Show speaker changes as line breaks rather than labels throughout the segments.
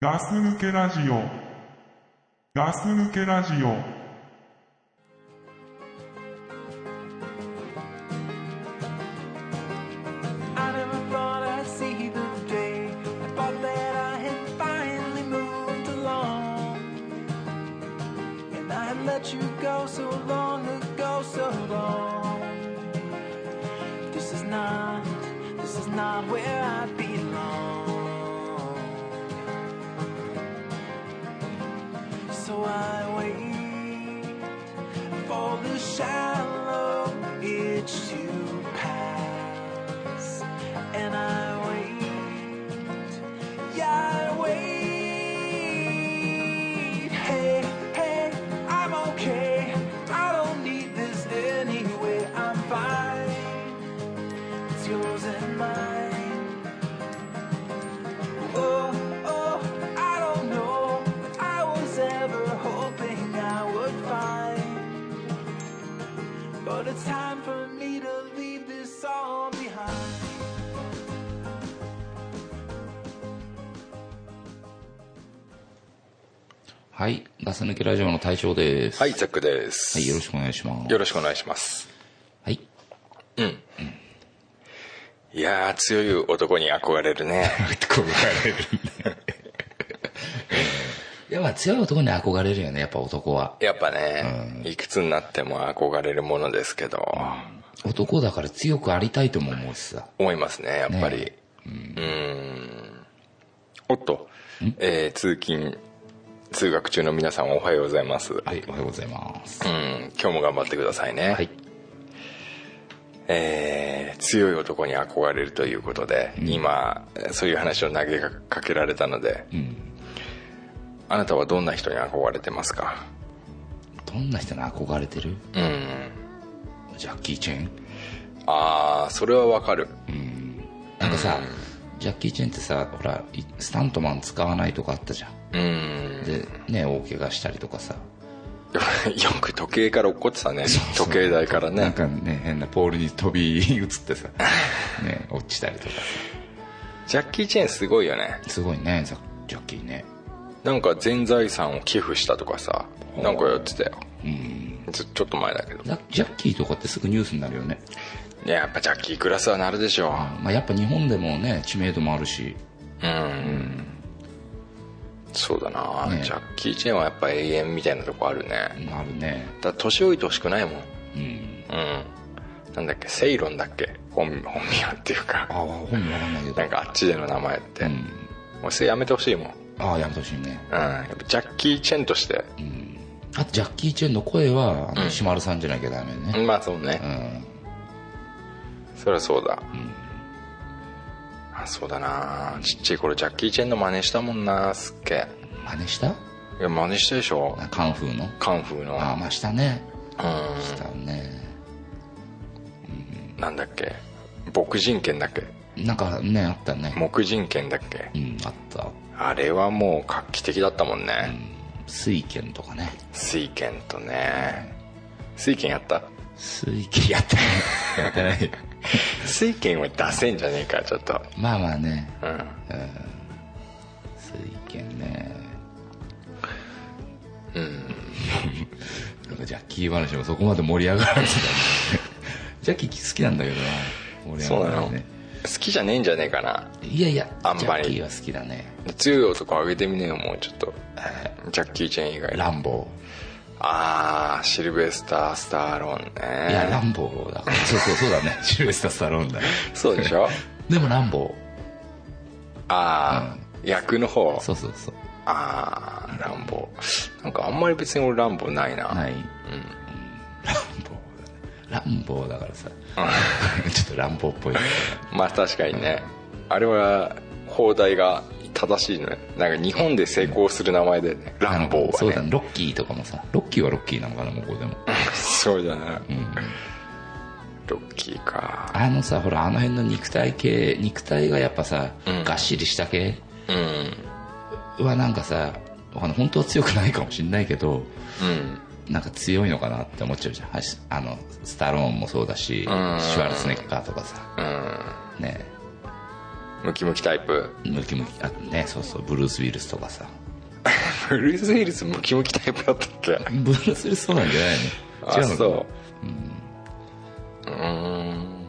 ガス抜けラジオ。ガス抜けラジオ。
I never thought I'd see the day. I thought that I had finally moved along. And I had let you go so long ago, so long. This is not, this is not where I belong. So I wait for the shallow itch to pass and I wait. Yeah, I wait. Hey, hey, I'm okay. I don't need this anyway. I'm fine. It's yours and mine. Oh, oh, I don't know. if I was ever hoping I would find. But it's time for me to leave this all behind.
はい。ガス抜けラジオの大将です。
はい、ザックです。
はいよろしくお願いします。
よろしくお願いします。
はい。
いやー、強い男に憧れ るね。
憧れるね。いや、まあ強い男に憧れるよね、やっぱ男は。
やっぱね、いくつになっても憧れるものですけど、
男だから強くありたいとも思うしさ。
思いますね、やっぱり。
ね
うーん。おっと、えー通勤、通学中の皆さんおはようございます。うん、
はい、おはようございます。
今日も頑張ってくださいね。
はい。
えー強い男に憧れるということで、今そういう話を投げかけられたので、あなたはどんな人に憧れてますか
どんな人に憧れてる
うん
ジャッキー・チェン
ああそれはわかる
なんかさ、ジャッキー・チェンってさ、ほら、いスタントマン使わないとかあったじゃん。
うん
で、ね、大怪我したりとかさ。
よよく時計から落っこってたね時計台から
なん
ね
かね、変なポールに飛び移って さ、ね、落ちたりとか
ジャッキー・チェンすごいよね
さ。すごいね、ザジャッキーね。
なんか全財産を寄付したとかさなんかやってたよちょちょっと前だけど
ザジャッキーとかってすぐニュースになるよね。
いややっぱジャッキークラスはなるでしょ
まあ、やっぱ日本でもね、知名度もあるし、
そうだな、
ね
ジャッキー・チェンはやっぱ永遠みたいなとこあるね、
あるね。
だから年老いてほしくないもんうん、なんだっけセイロンだっけ本本名っていう
あ
か
あ、本人わかんないけど。
なんかあっちでの名前って、もうそれやめてほしいもん、うん、
ああ、やめてほしいね。
やっぱジャッキー・チェンとして、
あと、ジャッキー・チェンの声は、あの、石丸さんじゃなきゃダメね。
まあそうね、そりゃそうだ、あそうだなちっちゃい頃ジャッキー・チェンの真似したもんなすっげ
真似した
えいや真似したでしょ
なカンフーの。
カンフーの
ああ、まあ、したね。
うん
したね。
なんだっけ牧人犬だっけ
なんかね、あったね。
木人犬だっけ
うん、あった。
あれはもう画期的だったもんね、
水拳とかね。
水拳とね水拳やった
水拳やってない。やってない。
水拳は出せんじゃねえかちょっと
まあまあね。
うん
水拳ね。うん。 なんかジャッキー話もそこまで盛り上がらない。 ジャッキー好きなんだけどな。盛り上
そう
が
な
らな
の
い
好
ね。
きじゃねえんじゃねえかない
やいや、
あん
ジャ
ま
ッ
り
キーは好きだね。
強い男あげてみねえよもうちょっとジャッキー・チェン以外
ランボ
あーシルベスター・スターローン
ー。いや、ラ
ね
ンボーだから。そうそう、そうだ ね。シルベスタ・スタローンだ。
そうで しょ
でもランボ
ああ、役の方
ー。そうそうそう。
ああ乱暴なんかあんまり別に俺乱暴ないな、
ない。うん。ランボーだね。ランボーだからさ。 ちょっとランボーっぽい。
まあ確かにねあれは放題が正しいのねなんか日本で成功する名前でね
あ
乱
の
暴はね
そうだね。ロッキーとかもさ。ロッキーはロッキーなのかな、向こうでも。
そうだな、ロッキーか
あのさ、ほら、あの辺の肉体系、肉体がやっぱさ、がっしりした系
うん
はなんかさ、わかんない本当は強くないかもしんないけど、
うん
なんか強いのかなって思っちゃうじゃん。はしあの、スタローンもそうだし、シュワルツェネッカーとかさ、ね。
ムキムキタイプ
ムキムキあねそうそうブルース・ウィルスとかさ
ブルース・ウィルスムキムキタイプだったっけ
ブルース・ウィルスそうなんじゃない
あ
の違うのかな
そううんん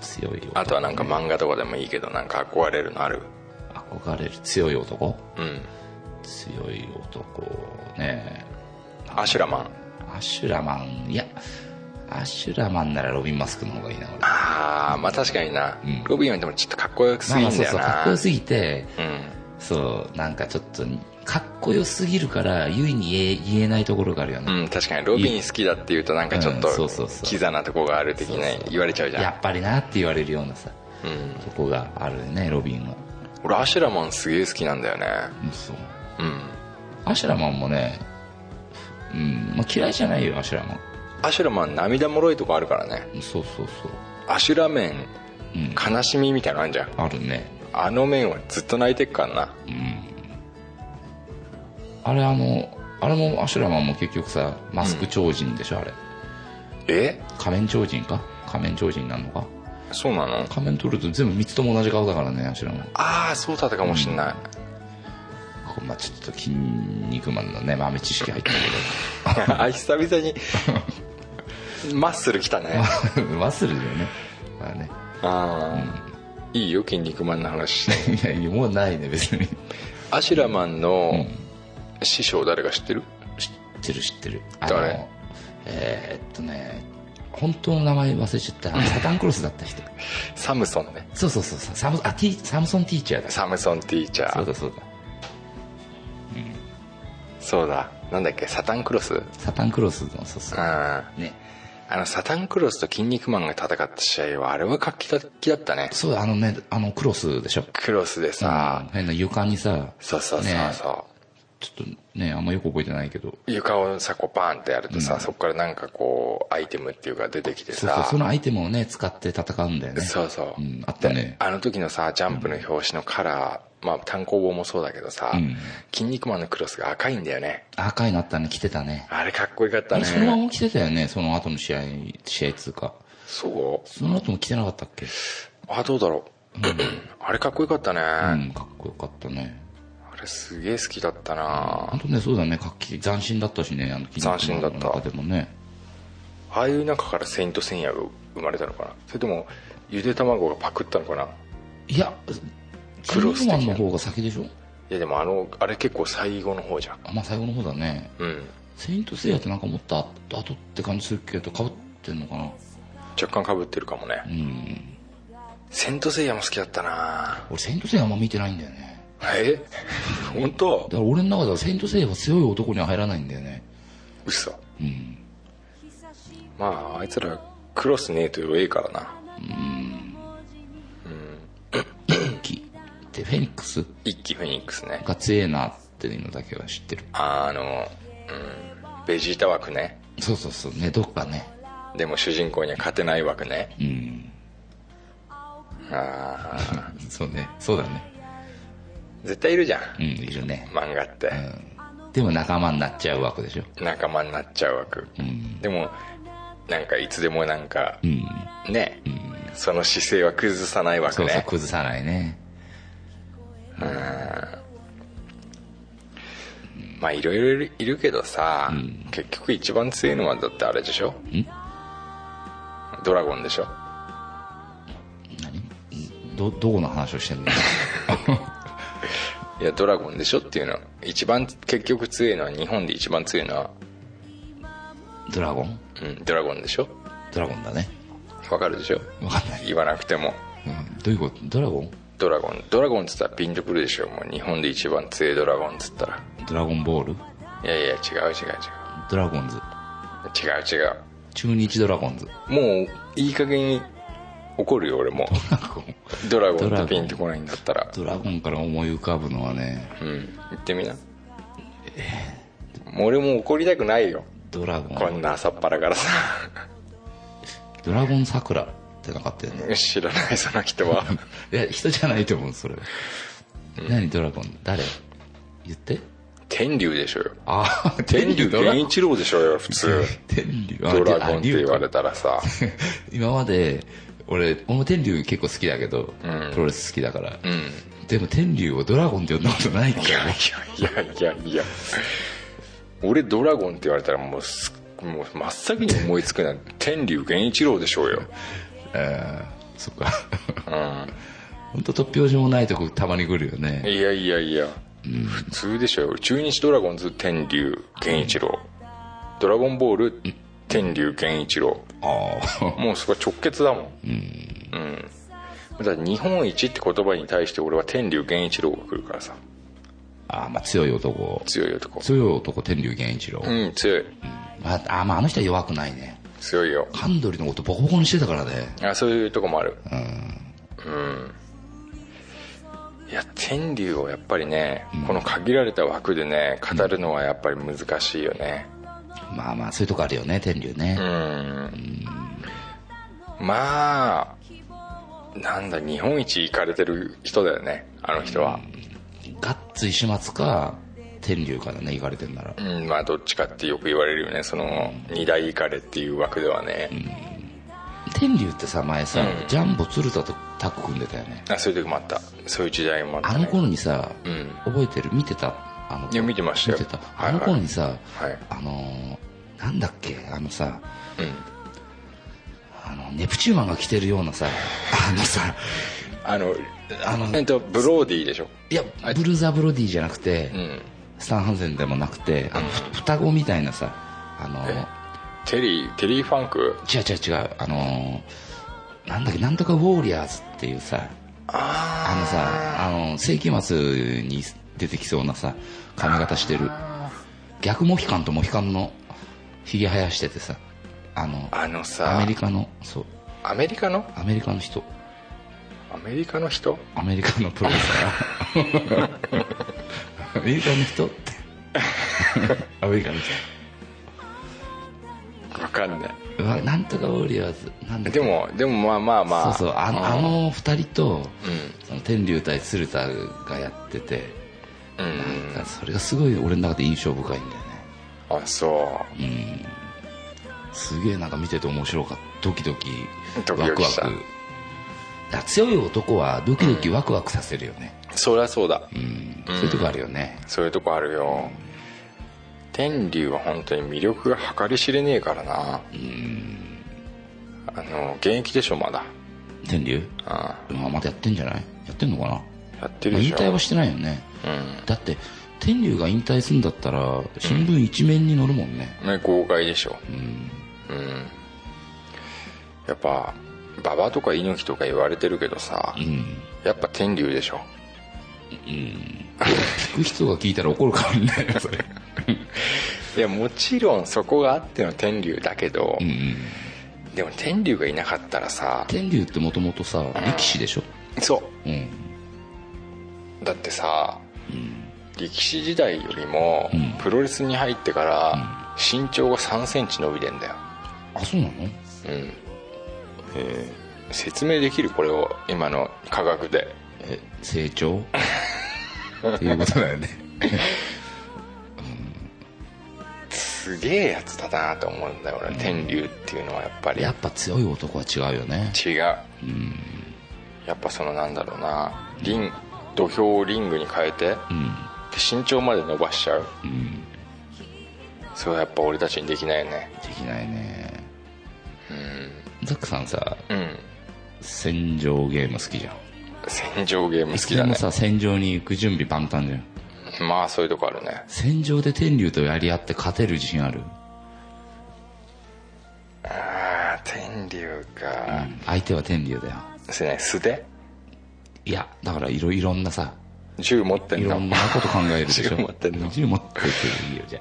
強い男
あとはなんか漫画とかでもいいけどなんか憧れるのある
憧れる強い男
うん
強い男ね
アシュラマン
アシュラマンいやアシュラマンならロビン・マスクの方がいいな俺
ああまあ確かにな、
うん
ロビンはでもちょっとかっこよくすぎ
まあ
ん
そう
だよ
そう
な、
かっこよすぎて
うん
そうなんかちょっとかっこよすぎるからゆいに言え言えないところがあるよね、
うん、確かにロビン好きだっていうとなんかちょっと
うんそうそうそう
キザなとこがある的
そう
な
そう
言われちゃうじゃ
や
ん
っぱりなって言われるようなさ
うん
とこがあるよねロビンは
俺アシュラマンすげえ好きなんだよね
うんそう
うん
アシュラマンもねうん、まあ、嫌いじゃないよアシュラマン
アシュラマン涙もろいとこあるからね
うんそうそうそう
アシュラ面
うん
悲しみみたいなのあるじゃん
あるね
あの面はずっと泣いてっからな
あれあのあれもアシュラマンも結局さマスク超人でしょ、あれ
え
仮面超人か仮面超人なのか
そうなの
仮面取ると全部3つとも同じ顔だからねアシュラマン
ああそうだったかもしんない、
こうまあ、ちょっと筋肉マンのね豆知識入ったけ
あ 久々 にマッスル来たね
ど 忘れるよねまあね
ああいいよ筋肉マンの話
いやいやもうないね別に
アシュラマンの師匠誰か知ってる
知ってる知ってるあ
誰
えーっとね本当の名前忘れちゃったサタンクロスだった人
サムソンね
そうそうそうサムあティサムソンティーチャーだ
サムソンティーチャー
そうだそうだ
そうだなんだっけサタンクロスうん
サタンクロスのそうそう
あ
ね
のサタンクロスと筋肉マンが戦った試合はあれは画期的だったね
そうだあのねあのクロスでしょ
クロスでさ、
変な床にさ
そうそうそうそう、
ちょっとねあんまよく覚えてないけど
床をさこうバーンってやるとさ、そこからなんかこうアイテムっていうか出てきて
そうそう
さ
そのアイテムをね使って戦うんだよね
そうそ
う
う
ん、あったね
あの時のさジャンプの表紙のカラー、まあ単行本もそうだけどさ、
ん
筋肉マンのクロスが赤いんだよね
赤いのあったね着てたね
あれかっこよかった
あれそのま
ね
ま着てたよねその後の試合試合通過
そう
その後も着てなかったっけ
あどうだろう、 あれかっこよかったね、
うんかっこよかったね
あれすげえ好きだった
あ
な
とねそうだね活気斬新だったしねあの筋
斬新だった
肉マンの中でもね
ああいう中からセイントセイヤが生まれたのかなそれともゆで卵がパクったのかない
や筋
クロス
肉
的な
マンの方が先でしょ
いやでもあのあれ結構最後の方じゃん
あまあ最後の方だね
うん
セイントセイヤってなんかもっと後後って感じするけどかぶってんのかな
若干かぶってるかもね
うん
セントセイヤも好きだったな
俺セイントセイヤあんま見てないんだよね
え本当
だから俺の中ではセイントセイヤは強い男には入らないんだよね
嘘
うん
まああいつらクロスねえとええからな
キってフェニックス
一気フェニックスね
が強えなっていうのだけは知ってる
あの、うん、ベジータ枠ね
そうそうそうねどっかね
でも主人公には勝てない枠ね
うん
ああ
そうねそうだね
絶対いるじゃん
うんいるね、
漫画って
うん、でも仲間になっちゃうわけでしょ
仲間になっちゃう枠、でもなんかいつでもなんか、
うん
ね、その姿勢は崩さない枠
そう
ね
そう崩さないね
まあいろいろいるけどさ、結局一番強いのはだってあれでしょドラゴンでしょ
何どどこの話をしてんの
いやドラゴンでしょっていうのは一番結局強いのは日本で一番強いのは、
ドラゴン
うん、ドラゴンでしょ
ドラゴンだね
わかるでしょ
わかんない、
言わなくても
うん、どういうことドラゴン
ドラゴンドラゴンっつったらピンとくるでしょもう日本で一番強いドラゴンっつったら
ドラゴンボール
いやいや違う違う違
ドラゴンズ
う違う違う
中日ドラゴンズ
もういい加減に怒るよ俺 も
ドラゴン
ドラゴ
ド
ン
ラ
と
ゴン
ピンとこないんだったら
ドラゴンから思い浮かぶのはね
うん言ってみなもう俺も怒りたくないよ
ドラゴ
こ
ン
んな朝っぱらからさ
ドラゴン桜ってなかったよね
知らないその人は
いや人じゃないと思うそれは、何ドラゴン誰言って
天竜でしょよ
ああ
天竜
ドラ
源
ゴン
一郎 でしょよ普通
天竜あ
ドラゴンって
竜
言
か
われたらさ
今まで俺俺も天竜結構好きだけど、
うん
プロレス好きだから、
うん
でも天竜をドラゴンって呼んだことないんだ
い
よ
や
ね
いやいやいやいや俺ドラゴンって言われたらもうすもう真っ先に思いつくのは天竜源一郎でしょうよ
えーそっか
う
本当突拍子もないとこたまに来るよ
ん
ね
いやいやいや、普通でしょうよ中日ドラゴンズ天竜源一郎ドラゴンボール天竜源一郎
ああ
もうそこは直結だもんうん、だから日本一って言葉に対して俺は天竜源一郎が来るからさ
あーまあ強い男
強い男
強い男天竜源一郎、
うん強い
ああまああの人は弱くないね
強いよ
カンドリのことボコボコにしてたからね
あそういうとこもあるうんいや天竜をやっぱりね、この限られた枠でね語るのはやっぱり難しいよね
まあまあそういうとこあるよね天竜
う
ね、
んまあなんだ日本一行かれてる人だよねあの人は
ガッツ石松か天竜からね行かれてんなら、
うんまあどっちかってよく言われるよねその二大行かれっていう枠ではね、
天竜ってさ前さ、ジャンボ鶴田とタッグ組んでたよね
あそういう時もあったそういう時代もあった、
あ
ね、
の頃にさ、
うん
覚えてる見てたあの
いや見てましたよ
見てた
は
あ
いはい
の頃にさ、
はい
あのーなんだっけあのさ
うん
あのネプチューマンが着てるようなさあのさ
あの
あの
えっとブローディーでしょ
いやブルーザ・ブロディじゃなくて、
うん
スタンハンゼンでもなくてあの、ふ双子みたいなさあの
えテリーテリーファンク
違う違う違うあのーなんだっけなんとかウォーリアーズっていうさあのさあの世紀末に出てきそうなさ髪型してる逆モヒカンとモヒカンのひげ生やしててさあの
あのさ
アメリカのそう
アメリカの
アメリカの人
アメリカの人
アメリカのプロレスラーア メリカの人ってアメリカの人
わかんないう
わなんとかウォーリアーズなんだっけ
でもでもまあまあまあ
そうそうあの
ん
あの二人と、
う
その天竜対鶴田がやってて、
んう
なんかそれがすごい俺の中で印象深いんだよね
んあそ
すげえなんか見てて面白かったドキドキ
ドキ
ワ
ド
ク
キ
ワ
した
クだ強い男はドキドキワクワクさせるよね、
うそりゃそうだ
うんそういうとこあるよね、
そういうとこあるよ天竜は本当に魅力が計り知れねえからなあの現役でしょまだ
天竜
あ
まあまたやってんじゃないやってんのかな、
やってる
まあ
でし
引
ょ
退はしてないよね
うん
だって天竜が引退するんだったら新聞一面に載るもんね、
ね豪快でしょうん、やっぱ馬場とか猪木とか言われてるけどさ、やっぱ天竜でしょ
聞く人が聞いたら怒るかもしれないよそ れ
いやもちろんそこがあっての天竜だけど、でも天竜がいなかったらさ
天竜ってもともとさ力士でしょ
そ
うん
うだってさ、力士時代よりも、プロレスに入ってから、身長が3センチ伸びてんだよ
あそうなの
うん説明できるこれを今の科学で
え成長っていうことだよね
すげえやつだなと思うんだよ俺、天竜っていうのはやっぱ り
やっぱ強い男は違うよね
違う、やっぱそのなんだろうなリン土俵をリングに変えて、
うん
で身長まで伸ばしちゃう、それはやっぱ俺たちにできないよね
できないねザックさんさ
うん
戦場ゲーム好きじゃん
戦場ゲーム好きだ
い
ね
つでもさ戦場に行く準備万端じゃん
まあそういうとこあるね
戦場で天竜とやり合って勝てる自信ある、
ああ天竜か、
相手は天竜だよ
それね素手
いやだからいろいろんなさ
銃持って
い
ん
ろ
の
んなこと考えるで しょ
銃持ってんの
銃持ってていいよじゃ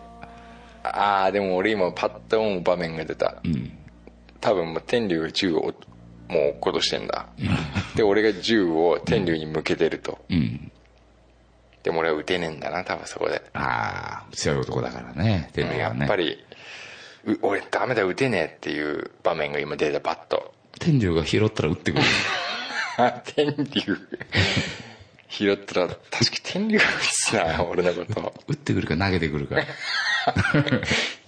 あ
ああでも俺今パッと思う場面が出た、多分もう天竜が銃をもう落っことしてんだで俺が銃を天竜に向けてると、
ん
でも俺は撃てねえんだな多分そこで、
ああ強い男だからね天竜
や
は
っ
ね
ぱりう俺ダメだ撃てねえっていう場面が今出たパッと
天竜が拾ったら撃 ってくる
天竜 拾ったら確か天竜が撃つな俺のこと
打ってくるか投げてくるか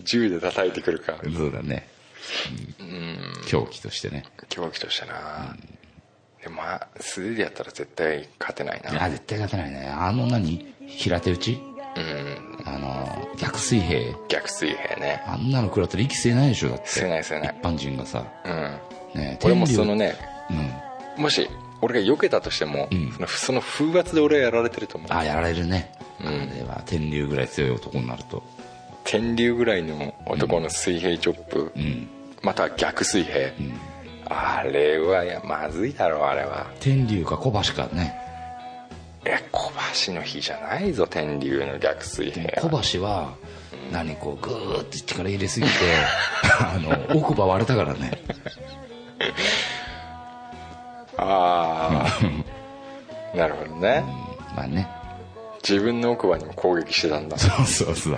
銃で叩いてくるか
そうだね狂気としてね
狂気としてな、でもまあ素手でやったら絶対勝てない
いや
な
絶対勝てないねあの何平手打ち
うん
あの逆水平
逆水平ね
あんなの食らったら息吸えないでしょだって
吸えない吸えない
一般人がさ
うん
ねえ
俺もそのね
うん
もし俺が避けたとしても、
ん
そのその風圧で俺はやられてると思う
あやられるね、
うん
あれは天竜ぐらい強い男になると
天竜ぐらいの男の水平チョップ、
うん
または逆水平、あれはいやまずいだろうあれは
天竜か小橋かね
え小橋の日じゃないぞ天竜の逆水
で
平
も
は
小橋は何こうグーって力入れ すぎてあの奥歯割れたからね
あ あなるほどね、
まあね
自分の奥歯にも攻撃してたんだ
そうそうそう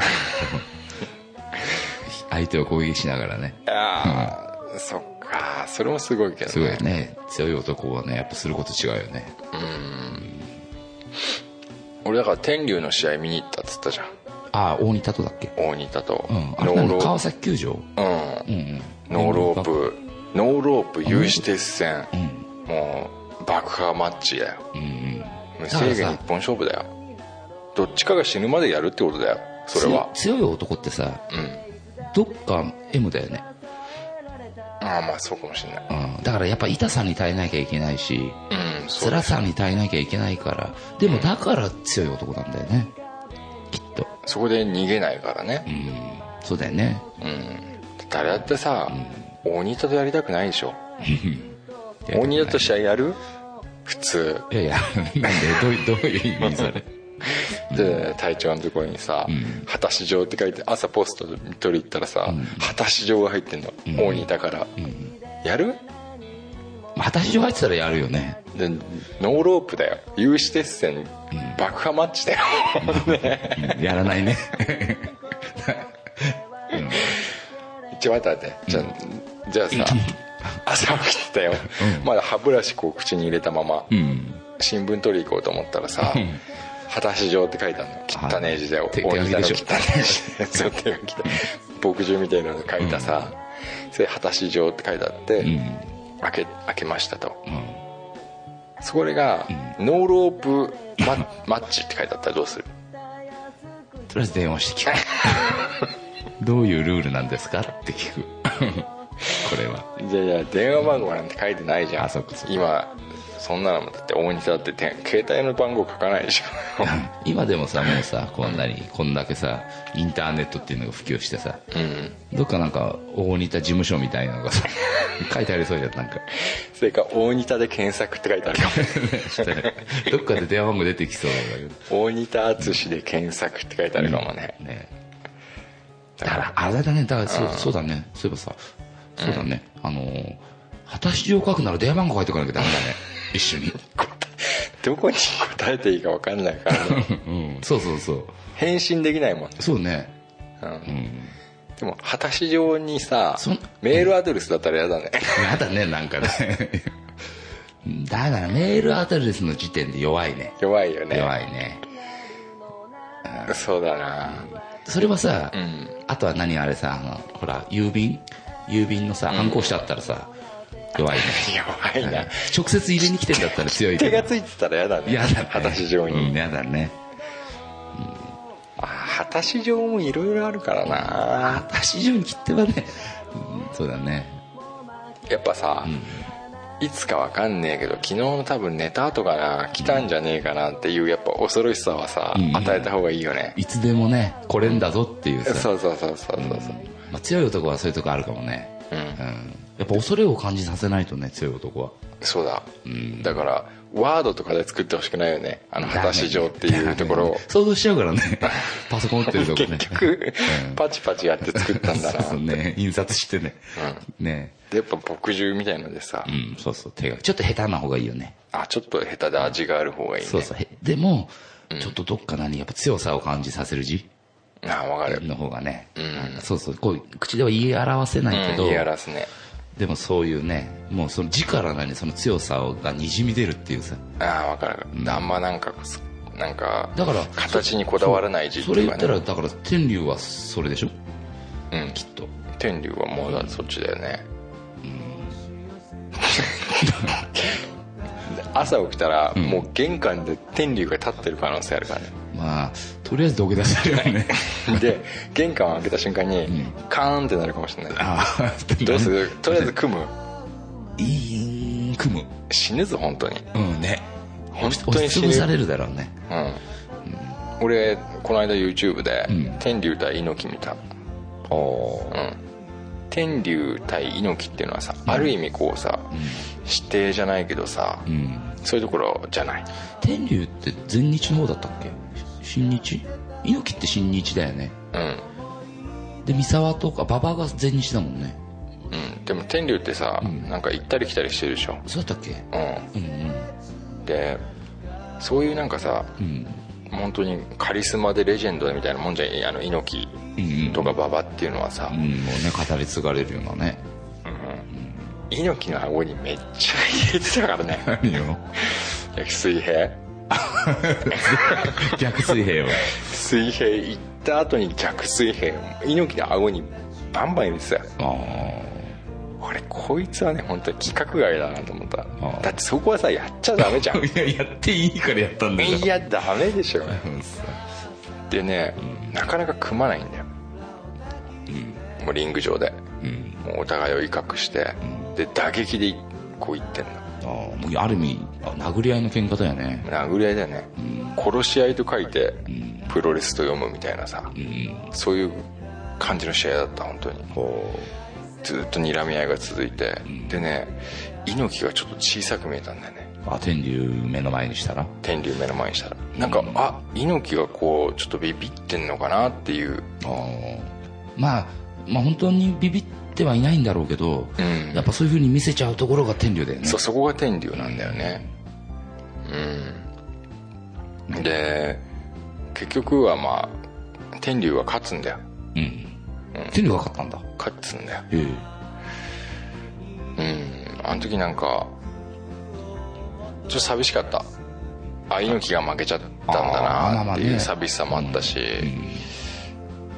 相手を攻撃しながらね
ああ、そっかそれもすごいけど、ね、
すごいよね強い男はねやっぱすること違うよね
俺だから天竜の試合見に行ったっつったじゃん
ああ大仁田とだっけ
大仁田と、
うんあれ
ノー
何
ロ
川
ー
崎球場
プ、うん
うんうん
ノーロープノーロープ有刺鉄線、もう爆破マッチだよ
うんうん
無
だから
制限
さ
一本勝負だよどっちかが死ぬまでやるってことだよそれは
強い強い男ってさ
うん
どっか M だよね、
ああまあそうかもしれない
うん、だからやっぱ痛さに耐えなきゃいけないし
うんそう
辛さに耐えなきゃいけないからでもだから強い男なんだよねきっと
そこで逃げないから
う
ね
んそうだよね
うん誰だってさ大仁田とやりたくないでしょ大仁田と
し
試合やる普通
いやいやなんでどういどういう意味それ
で隊長のところにさ「果たし状」って書いて朝ポスト取り行ったらさ「果たし状」が入ってんの大仁田からやる
私上入ってたらやるよね
でノーロープだよ有刺鉄線爆破マッチだよ
うんやらないね
一応待って待ってじゃあじゃあさ朝起きてたよまだ歯ブラシこう口に入れたまま
うん
新聞取り行こうと思ったらさ「果たし状」って書いてあるの汚ねえ字だよ
手手書きでしょ
汚ねえ 字だよそう手書きで牧場みたいなの書いたさそれ「果たし状」って書いてあって開け開けましたと
うん
それが「ノーロープママッ チ」って書いてあったらどうする
とりあえず電話して聞くどういうルールなんですかって聞くこれはい
やいや電話番号なんて書いてないじゃん
あそっかそっか
今そんなのもだって大西だってて携帯の番号書かないでしょ
今でもさもうさこんなにこんだけさインターネットっていうのが普及してさ
うん
どっかなんか大仁田事務所みたいなのがさ書いてありそうじゃんなんか
それか大仁田で検索って書いてあるか
したらどっかで電話番号出てきそうなんだけど
も大仁田淳で検索って書いてあるかもね、
ね
だ
だか
か
ららあれだねだからそう,、そうだねそういえばさそうだね、あのー果たし状書くなら電話番号書いておかなきゃ ダメだね一緒に、
どこに答えていいか分かんないから ね
うん、そうそうそう
返信できないもん、
そうね
うんでも果たし状にさ
そん
メールアドレスだったら嫌だね
やだねなんかね だからメールアドレスの時点で弱いね
弱いよね
弱いね
そうだな
それはさ、
ん
あとは何あれさあのほら郵便郵便のさ反抗してあったらさ、弱い ね
弱いな
直接入れに来てんだったら強いけ
手
ど
がついてたら嫌だね
嫌だね
果たし状に、
うん嫌だね
あー果たし状もいろいろあるからな
果たし状に切ってはね、うんそうだね
やっぱさ、いつかわかんねえけど昨日の多分寝た後かな来たんじゃねえかなっていうやっぱ恐ろしさはさ、
うん
与えた方がいいよね、
いつでもね来れんだぞっていうさ、
そうそうそうそうそうそう
まあ、強い男はそういうとこあるかもね
うん、
うんやっぱ恐れを感じさせないとね強い男は
そうだ、だからワードとかで作ってほしくないよねあの果たし状っていうと ころを
想像しちゃうからね パソコン打ってるとこね
結局、
うん
パチパチやって作ったんだな
そうそうね印刷してね、ね
でやっぱ墨汁みたいのでさ、
うんそうそう手がちょっと下手な方がいいよね
あちょっと下手で味がある方がいいね
そうそうへでも、ちょっとどっか何やっぱ強さを感じさせる字
あわかる、
の方がね、なんかそうそうこう口では言い表せないけ
う
ど、
ん、やらすね
でもそういうねもうその字から何その強さをがにじみ出るっていうさ
ああ分かる分かる、あんまなんかすなんか
だから
形にこだわらない字って
そ
い
れ
う
言
か
った
ね
らだから天竜はそれでしょ
うん
きっと
天竜はまだそっちだよね朝起きたらもう玄関で天竜が立ってる可能性あるからね
まあとりあえず土下座するよ ね
で玄関を開けた瞬間にカーンってなるかもしれない
ああ
どうするとりあえず組む
いい組む
死ぬぞ本当に
うんね
本当
押
に
し
死
つぶ
ぬ
されるだろうね
うん俺この間 YouTube で
うん
天竜対猪木見た
おお
うん天竜対猪木っていうのはさある意味こうさ指定じゃないけどさ
うん
そういうところじゃない
天竜って全日の方だったっけし新日猪木って新日だよね
うん
で三沢とか馬場が全日だもんね
うんでも天竜ってさなんか行ったり来たりしてるでしょ
そうだったっけ
う
うんうん
んでそういうなんかさ
うん
本当にカリスマでレジェンドみたいなもんじゃんあの猪
うんう
木
ん
とか馬場っていうのはさ
うんもうね語り継がれるようなね
猪木の顎にめっちゃ入れてたからね
何よ
いや水平
逆水平を
水平行った後に逆水平猪木の顎にバンバン入れてたよ
あ
俺こいつはね本当に規格外だなと思った
ああ
だってそこはさやっちゃダメじゃ
あ
ん
いややっていいからやったんだけど
いやダメでしょ
うんさ
でね、なかなか組まないんだよ、もうリング上で
うん
もうお互いを威嚇して、で打撃でこう言ってんの
あーもうある意味あ殴り合いの喧嘩だよね
殴り合いだよね、殺し合いと書いて、プロレスと読むみたいなさ、そういう感じの試合だった本当にずっと睨み合いが続いて、でね猪木がちょっと小さく見えたんだよね
あ天竜目の前にしたら
天竜目の前にしたらなんか、あ猪木がこうちょっとビビってんのかなっていう
あーまあまあ本当にビビってはいないんだろうけど、
うん
やっぱそういうふうに見せちゃうところが天竜だよね
そうそこが天竜なんだよねうんで結局はまあ天竜は勝つんだよ
天竜が勝ったんだ
勝つんだよ
ええ
うんあの時なんかちょっと寂しかったあ猪木が負けちゃったん
あーま
だ
あま
な
あ
っていう
ね
寂しさもあったし、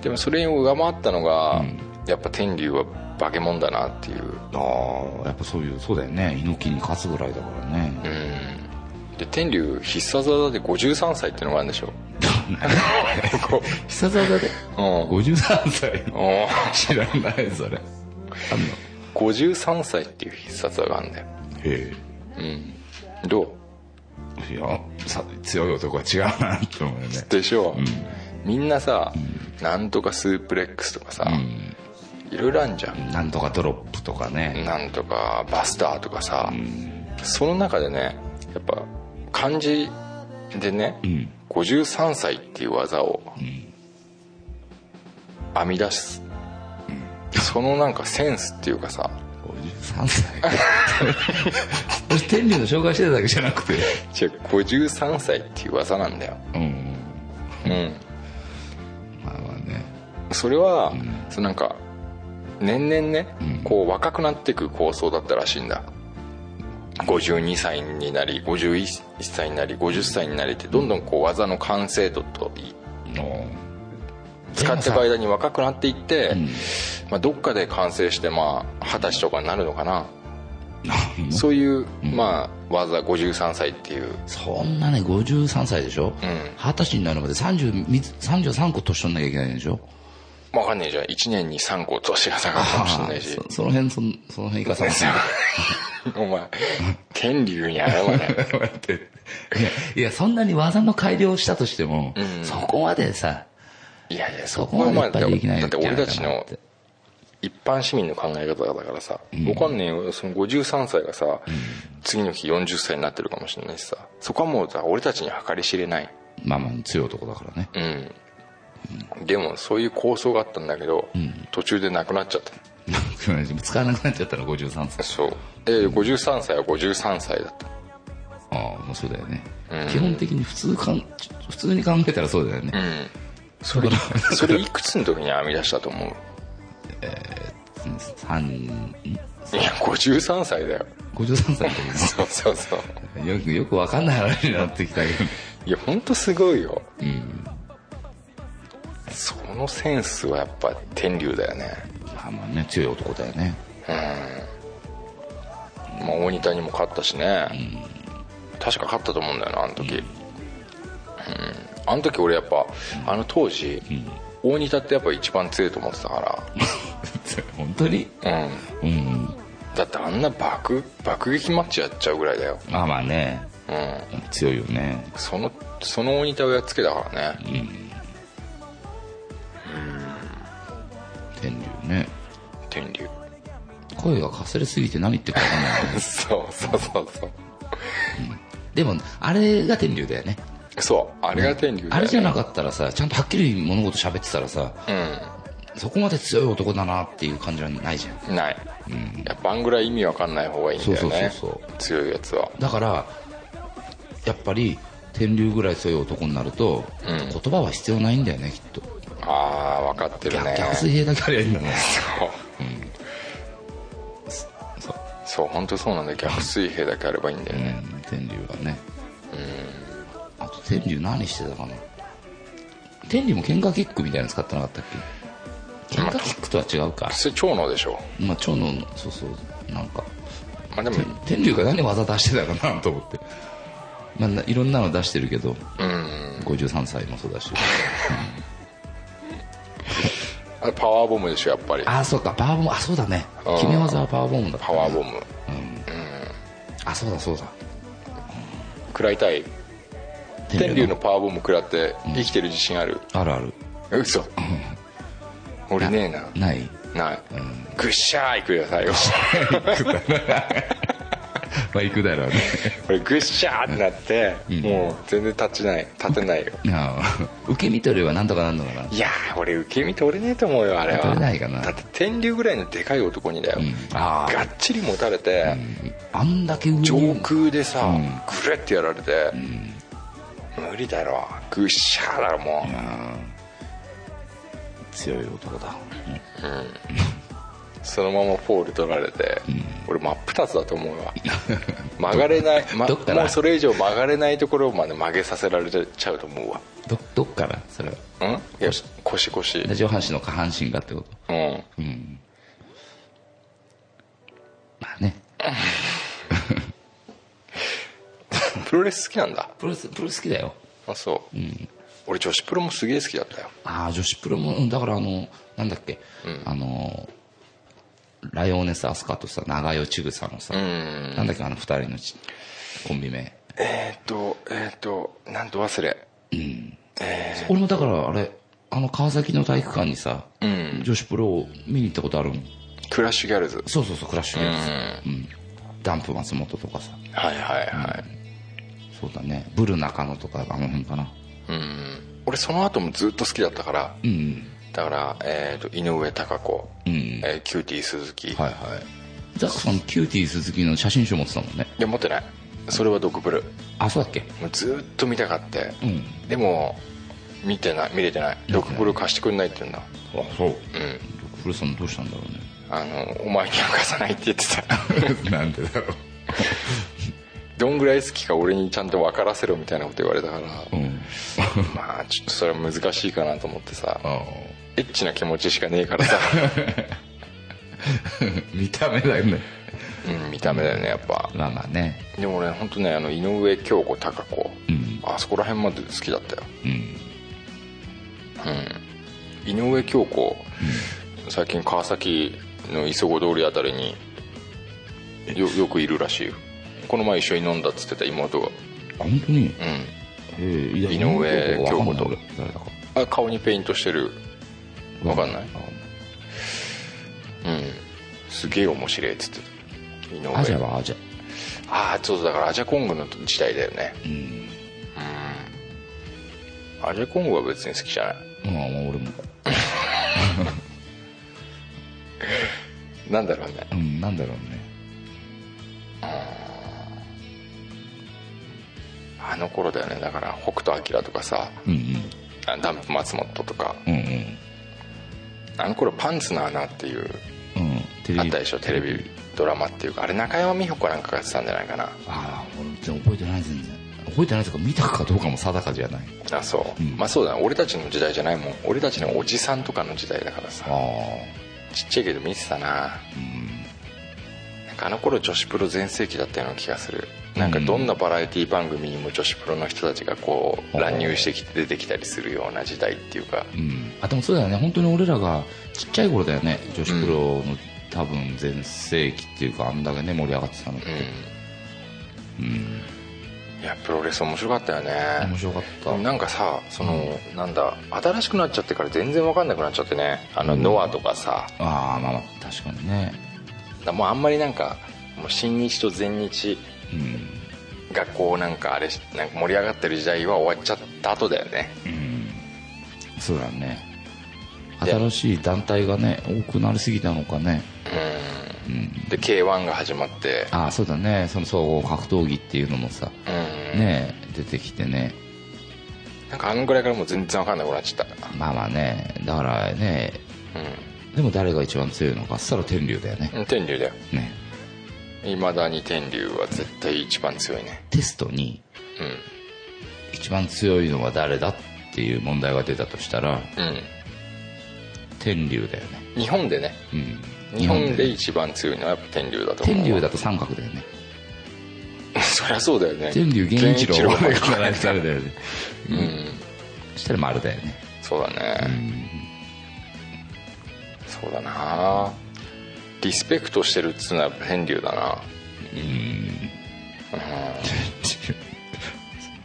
でもそれを上回ったのが、やっぱ天竜は化け物だなっていう
ああやっぱそういうそうだよね猪木に勝つぐらいだからね
うんで天竜必殺技で53歳ってのがあるんでしょこ
必殺技で
ううん
53歳
うん
知らないそれあんのへ
53歳っていう必殺技があるんだよ
え
どう
いやさ強い男は違うなって思うよね
でしょ、みんなさ、なんとかスープレックスとかさ、いろいろあるじゃん、
なんとかドロップとかね
なんとかバスターとかさ、その中でねやっぱ漢字でね、53歳っていう技を編み出す、そのなんかセンスっていうかさ
53歳俺天竜の紹介してただけじゃなくて
違う53歳っていう技なんだよ
うん
うん
まあまあね
それは、そのなんか年々ね、こう若くなっていく構想だったらしいんだ52歳になり51歳になり50歳になりってどんどんこう技の完成度とい使っていく間に若くなっていって、まあ、どっかで完成してまあ二十歳とかになるのかなそういう、まあ、技53歳っていう
そんなね53歳でしょ
ん
二十、歳になるまで30み33個年取んなきゃいけないんでしょ
わかんねえじゃん1年に3個年が下がるかもしれないし
そその辺そのその辺いかさま し
お 前天竜に謝れ
いやいやそんなに技の改良をしたとしても、
ん
そこまでさ
いやいやそ
そ
こ
こ
は
までい
まあ
っ
だ
ぱ
っ
い
て
できないんじゃない
俺
かな
たちの
って
一般市民の考え方だからさ、わかんねえよその53歳がさ、次の日40歳になってるかもしれないしさそこはもうさ俺たちに計り知れない
まあまあ強い男だからね
うん、でもそういう構想があったんだけど、途中でなくなっちゃった
使わなくなっちゃったら53歳
そうえ53歳は53歳だった
ああもうそうだよね、基本的に普通かんちょ普通に考えたらそうだよね、
うん
それ
それいくつの時に編み出したと思う
53
いや53歳だよ
歳という
そうそうそう
よく、よくわかんない話になってきたけど。
いや本当すごいよ、そのセンスはやっぱ天竜だよね
まあまあね強い男だよね
まあ、大仁田にも勝ったしね、確か勝ったと思うんだよなあの時、うんあの時俺やっぱあの当時、大仁田ってやっぱ一番強いと思ってたか
本当に
ら、う
う
ん、
ん
だってあんな爆爆撃マッチやっちゃうぐらいだよ、
まあまあね
うん、
強いよね
そのその大仁田をやっつけたからね
天竜ね
天竜
声がかすれすぎて何言ってるか分かんないよね
そうそうそうそう
でもあれが天竜だよね
そうあれが天竜だよね、
あれじゃなかったらさちゃんとはっきり物事喋ってたらさそこまで強い男だなっていう感じはないじゃん
うんない、やっぱあんぐらい意味わかんない方がいいんだよね
そうそうそうそ
強いやつは
だからやっぱり天竜ぐらいそういう男になると、言葉は必要ないんだよねきっと
ああ分かってる
逆
ね
逆水平だけありゃいいんだね
そう、そう 本当そうなんだよ逆水平だけあればいいんだよ
う
ね、
ん天竜はねあと天竜何してたかな天竜も喧嘩キックみたいなの使ってなかったっけ喧嘩キックとは違うか
それ長野でしょ、
まあ蝶野のそうそうなんか
まあ、でも
天天竜が何技出してたかなと思って、まあないろんなの出してるけど
うん
53歳もそうだし
あれパワーボムでしょやっぱり
ああそうかパワーボムあそうだね
うん
決め技はパワーボムだった、ね、
パワーボム
あそうだそうだ
食らいたい天竜のパワーボム食らって生きてる自信ある、
あるある
嘘、俺ねえな
ない
ない、ぐっしゃーいくよ最後
まあ行くだろうね
俺ぐっしゃーってなって、もう全然立ちない立てないよ
あー受け身取ればなんとかなんのかない
やー俺受け身取れねえと思うよあれは
取れないかな
だって天竜ぐらいのでかい男にだよ、
あー
がっちり持たれて、
あんだけ上
上空でさ、
うん
ぐるってやられて、無理だろぐっしゃーだろもう、
強い男だ
そのままフォール取られて、俺真っ二つだと思う わ曲がれない、ま
どっから
もうそれ以上曲がれないところまで曲げさせられちゃうと思うわ
どどっからそれは
うんいや腰腰うん
上半身の下半身がってことうんまあね
プロレス好きなんだ
プロレスプロレス好きだよ
あそう、俺女子プロもすげえ好きだったよ
ああ女子プロもうんだからあのなんだっけ、あのライオネス・アスカとさ長与千草のさ、
うん
なんだっけあの二人のちコンビ名
えーっとえーっとなんと忘れ
俺もだからあれあの川崎の体育館にさ、
うん
女子プロを見に行ったことあるもん
クラッシュギャルズ
そうそうそうクラッシュ
う
ゲ
ん
ームズ、うんダンプ松本とかさ
はいはいはい
そうだねブル中野とかあの辺かな
うん俺その後もずっと好きだったから
うん
だから、えーっと井上貴子、
うん
えーキューティー鈴木、
はいはいザックさんキューティー鈴木の写真集持ってたもんね
いや持ってないそれはドクプル
あそうだっけ
もうずーっと見たかって、
うん
でも見てない見れてないドクプル貸してくんないって言うんだ
あそううん
うん
古さんどうしたんだろ
あのお前には貸さないって言ってた
うね なんでだろう
どんぐらい好きか俺にちゃんと分からせろみたいなこと言われたから、
うん
まあちょっとそれは難しいかなと思ってさ
あ
エッチな気持ちしかね えからさ、
ー見た目だよね
うん、見た目だよねやっぱ
まあまあね
でも俺本当ねあの井上京子貴子、
うん
あそこら辺まで好きだったよ
うん
井上京子、最近川崎の磯子通りあたりによよくいるらしいよこの前一緒に飲んだっつってた妹が
あ本当に
うん
えーいや
井上京子と
わかんない俺誰だか
あ顔にペイントしてるわかんないうんすげえ面白いっつってた井上
アジャはアジャ
ああそうそうだからアジャコングの時代だよねうん、アジャコングは別に好きじゃない
うんまあ俺も
なんだろうね
うんなんだろうね
あの頃だよねだから北斗晶とかさ
うん
あダンプ松本とか
うんうんうん
あの頃パンツの穴っていう
うんテ
あったでしょテレビドラマっていうかあれ中山美穂子なんかがやってたんじゃないかな
ああ俺全然覚えてない全然覚えてないとか見たかどうかも定かじゃない
あそう、まあそうだな俺たちの時代じゃないもん俺たちのおじさんとかの時代だから
あ
さ
あ
ちっちゃいけど見てたな,、なんかあの頃女子プロ全盛期だったような気がするなんかどんなバラエティ番組にも女子プロの人たちがこう
うん
乱入してきて出てきたりするような時代っていうか
うん、あでもそうだよね本当に俺らがちっちゃい頃だよね女子プロの、多分全盛期っていうかあんだけね盛り上がってたのって、
いやプロレス面白かったよ
面
ね
白かった
なんかさその、なんだ新しくなっちゃってから全然わかんなくなっちゃってねあのノアとかさ、
ああまあまあ確かにね
もうあんまりなんかもう新日と全日
うん
がこうなんかあれしなんか盛り上がってる時代は終わっちゃった後だよね
そうだね
で
新しい団体がね多くなりすぎたのかね
で k 1が始まって
ああそうだねその総合格闘技っていうのもさ
うん
ねえ出てきてね
なんかあのぐらいからもう全然わかんなくなっちゃった
まあまあねだからねでも誰が一番強いのかっつったら天竜だよね
うん天竜だよ
ね
いまだに天竜は絶対一番強いね
テストに一番強いのは誰だっていう問題が出たとしたら
うん
天竜だよね
うん日本でね
うん
日本
ね
で一番強いのはやっぱ天竜だと思う
天竜だと三角だよね
そりゃそうだよね
天竜源一郎
源一
が誰 だよね
うん
そしたら丸だよね
そうだねそうだなリスペクトしてるっつうのはやっぱ天竜だな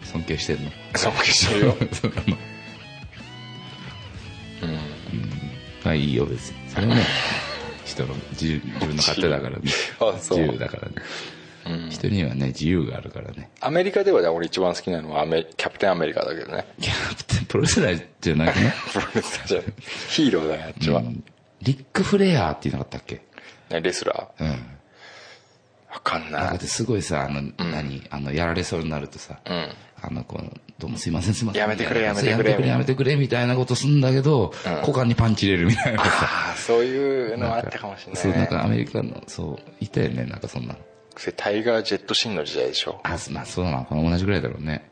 尊敬してるの
尊敬してるよ
まあいいよ別にそれはね人の自由自分の勝手だからね
あそう
自由だからね、人にはね自由があるからね
アメリカではね俺一番好きなのはアメキャプテンアメリカだけどね
キャプテンプロレスラーじゃなくね
プロレスラーじゃないヒーローだよあっちは、
うんリック・フレアって言いなかったっけ
ねレスラー
うん
わかん
だ
な
っ
い
てすごいさあの、何あのやられそうになるとさ、
うん
あのこのどうもすいませんすいません
やめてくれやめてくれ
やめてくれやめてくれみたいなことするんだけど、股間にパンチ入れるみたいなさ
ああそういうのあったかもしれない
そう
ね
なんかアメリカのそういたよねなんかそんなの
それタイガー・ジェット・シンの時代でしょ
あまあそうなのかな同じぐらいだろうね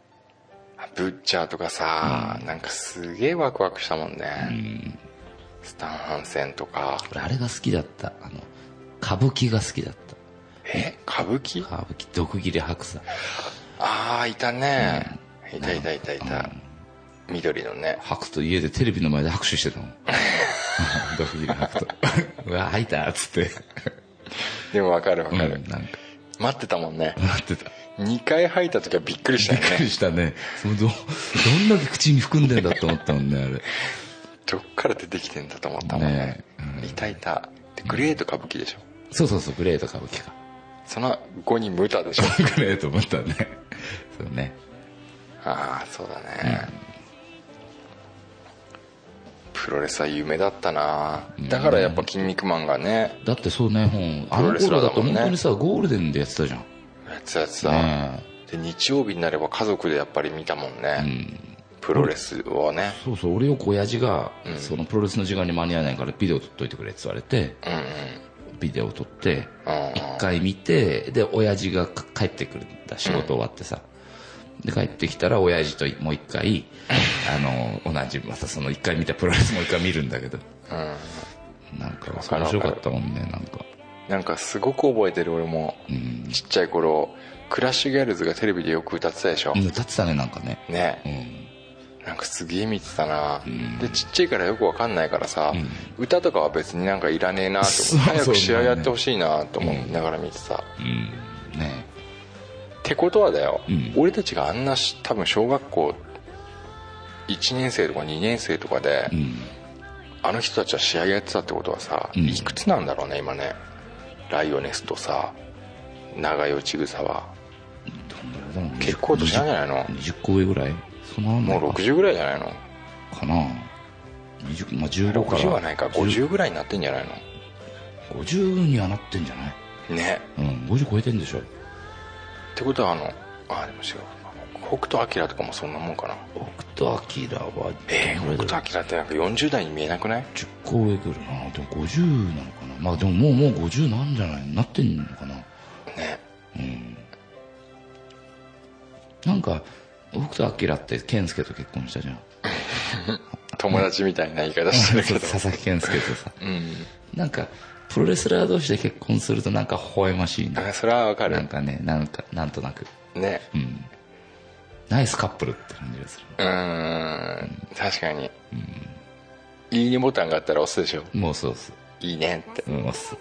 ブッチャーとかさ、なんかすげえワクワクしたもんね、スタン・ハンセンとか
俺あれが好きだったあの歌舞伎が好きだった
え歌舞伎
歌舞伎毒斬り白さ
ああいたね、いたいたいたいた、緑のね
白と家でテレビの前で拍手してたもん 毒斬り白と うわ吐いたっつって
でもわかるわかる、
うんなんか
待ってたもんね
なってた
2回吐いた時はびっくりしたよ
びっく
ね
りしたねそのどどんだけ口に含んでんだって思ったもんねあれ
どっから出てきてんだと思ったもんね
ねえ
いたいたでグレート歌舞伎でしょ
そうそうそうグレート歌舞伎か
その後にムタでしょ
グレート思ったねそうね
ああそうだね、プロレスは夢だったなだからやっぱ「筋肉マン」がね
だってそうね本あ
プロ
の
レスラ
頃
ーだ
だ
も
と
んね
本当にさゴールデンでやってたじゃん
やつやつだ、
ねえ
で日曜日になれば家族でやっぱり見たもんね、プロレスをね
そうそう俺よく親父が、そのプロレスの時間に間に合わないからビデオ撮っといてくれって言われて
うんうん
ビデオ撮って
うんうん
一回見てで親父がか帰ってくるんだ仕事終わってさ、で帰ってきたら親父ともう一回あの同じまたその一回見たプロレスもう一回見るんだけど
うん
なんか
かる
面白かったもんねなんか
なんかすごく覚えてる俺も、
うん
ちっちゃい頃クラッシュギャルズがテレビでよく歌ってたでしょ、
うん歌ってたねなんかね
ね
うん
なんかすげえ見てたな、でちっちゃいからよくわかんないからさ、歌とかは別になんかいらねえなと
そう
思って早
そう
く試合やってほしいなと思いながら見てた、
うんね
ってことはだよ、
ん
俺たちがあんなし多分小学校1年生とか2年生とかで、
うん
あの人たちは試合やってたってことはさ、
ん
いくつなんだろうね今ねライオネスとさ長与千草は
どんぐらいだろうね
結構年なんじゃないの
20個上ぐらいその
もう60ぐらいじゃないの
かな20まあ15から
60はないか50ぐらいになってんじゃない
50にはなってんじゃない
のね
うん50超えてんでしょ
ってことはあのあでも違う北斗晶とかもそんなもんかな
北斗晶は
え
ど
ー、
んぐら
北
いだろう
斗晶ってなんか40代に見えなくない
10個上ぐらいかなでも50なのかなまあでももうもう50なんじゃないなってんのかな
ね
なんか北斗晶って健介と結婚したじゃん
友達みたいな言い方してるけど
佐々木健介とさ、
うん
なんかプロレスラー同士で結婚するとなんか微笑ましいな
あそれはわか
な
る
んかねなんかなんとなく
ね
うんナイスカップルって感じがする
うーん確かにいいねボタンがあったら押すでしょ
もうそうっす
いいねって
うん押す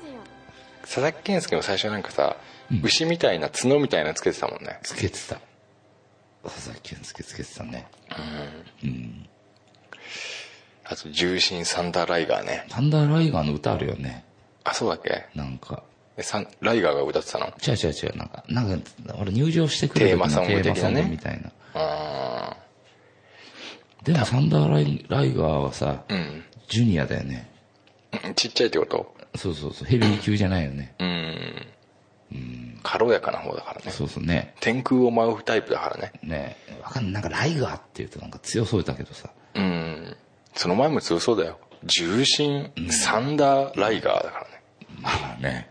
佐々木健介も最初なんかさ、
うん
牛みたいな角みたいなのつけてたもんね
つけてた佐々木健介つけてたね
あと重心サンダーライガーね
サンダーライガーの歌あるよね
あそうだっけ
なんか
えサンライガーが歌ってたの
違う違う違うなんかなんか俺入場してくる時の
テーマソング的なね
テーマソングみたいな
あ
でもサンダーライライガーはさ、
ーうん
ジュニアだよね
うんちっちゃいってこと
そうそうそうヘビー級じゃないよね、
うん軽やかな方だからね
そうそうね
天空を舞うタイプだからね
ねわかんないなんかライガーっていうとなんか強そうだけどさ
うんその前も強そうだよ重心サンダーライガーだからね
まあね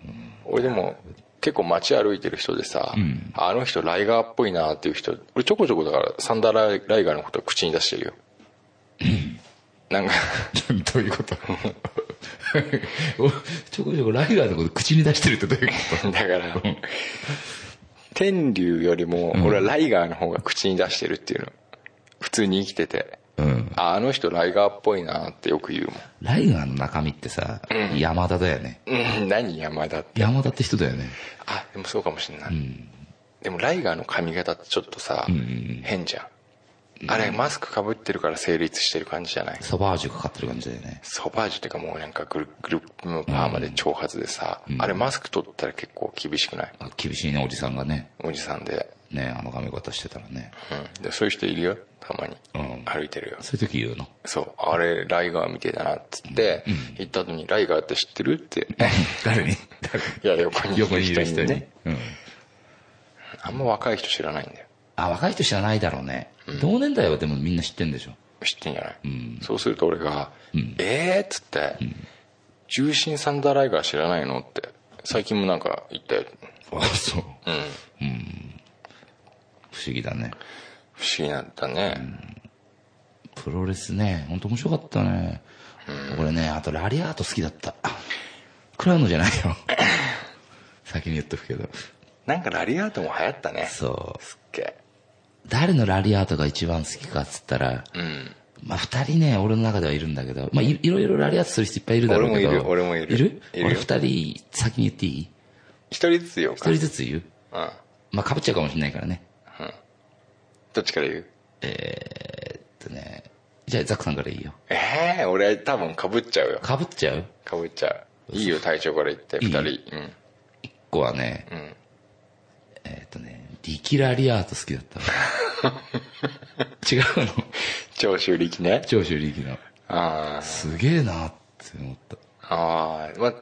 俺でも結構街歩いてる人でさ、あの人ライガーっぽいなっていう人俺ちょこちょこだからサンダーライライガーのことは口に出してるよなんか
どういうことおちょこちょこライガーのこと口に出してるってどういうこ
だから天竜よりも俺はライガーの方が口に出してるっていうの普通に生きてて
と、うん、
ああの人ライガーっぽいなってよく言う
ライガーの中身ってさ、山田だよね
もん、うん、何山田って
山田って人だよね
あでもそうかもしれない、でもライガーの髪型ってちょっとさ、変じゃんあれマスクかぶってるから成立してる感じじゃない
ソバージュかかってる感じだよね
ソバージュっていうかもうなんかグルグルップのパーマで長髪でさ、あれマスク取ったら結構厳しくない
あ厳しいねおじさんがね
おじさんで,、
ねあの髪型してたらね
うん、でそういう人いるよたまに、
うん
歩いてるよ
そういう時言うの
そうあれライガーみてえだなっつって、行った後に「ライガーって知ってる?」って
誰に
いや横にい
横
る
にい
人
る
に
人
ね
に、うん、
あんま若い人知らないんだよ
あ若い人知らないだろうね、同年代はでもみんな知ってんでしょ
知ってんじゃない、そうすると俺が「えー?」っつって、重心サンダーライガー知らないの?」って最近もなんか言ったよ
あ そう
うん
不思議だね
不思議なんだね、
プロレスね本当面白かったね、俺ねあとラリアート好きだった食らうのじゃない よ先に言っとくけど
なんかラリアートも流行ったね
そう
すっげ
誰のラリアートが一番好きかっつったら、
えうん
まあ、二人ね、俺の中ではいるんだけど、まあ、いいろいろラリアートする人いっぱいいるだろうけど。
俺もいる俺もいる
いる
いるよ
俺二人、先に言っていい
一人ずつ言おう
一
か
人ずつ言う
うん
まあ、被っちゃうかもしれないからね。
どっちから言う
えーっとね、じゃあザックさんからいいよ。
ええー、俺多分かぶっちゃうよ
被っちゃう
かぶっちゃういいよ体調から言って
い
二
い
人うん
子はね、
ん
えーっとね、力ラリアート好きだった わ違うの
長州力ね
長州力の。
あー
すげえなって思った。
あーまあ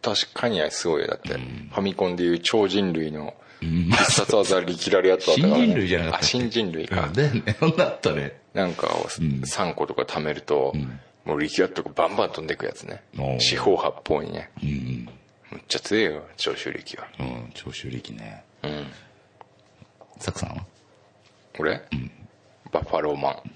確かにすごいよだって、ファミコンでいう超人類の
ん
必殺技力ラリアットだったから、ね、
新人類じゃなかったっ
あ
け
新人類か、
だよね、そんなあったね。
なんかを3個とか貯めると、もう力アットがバンバン飛んでくやつね
おー
四方八方にね
うん
むっちゃ強いよ長州力は
うん、うん、長州力ね。
うん
ザックさんは
俺、バッファローマン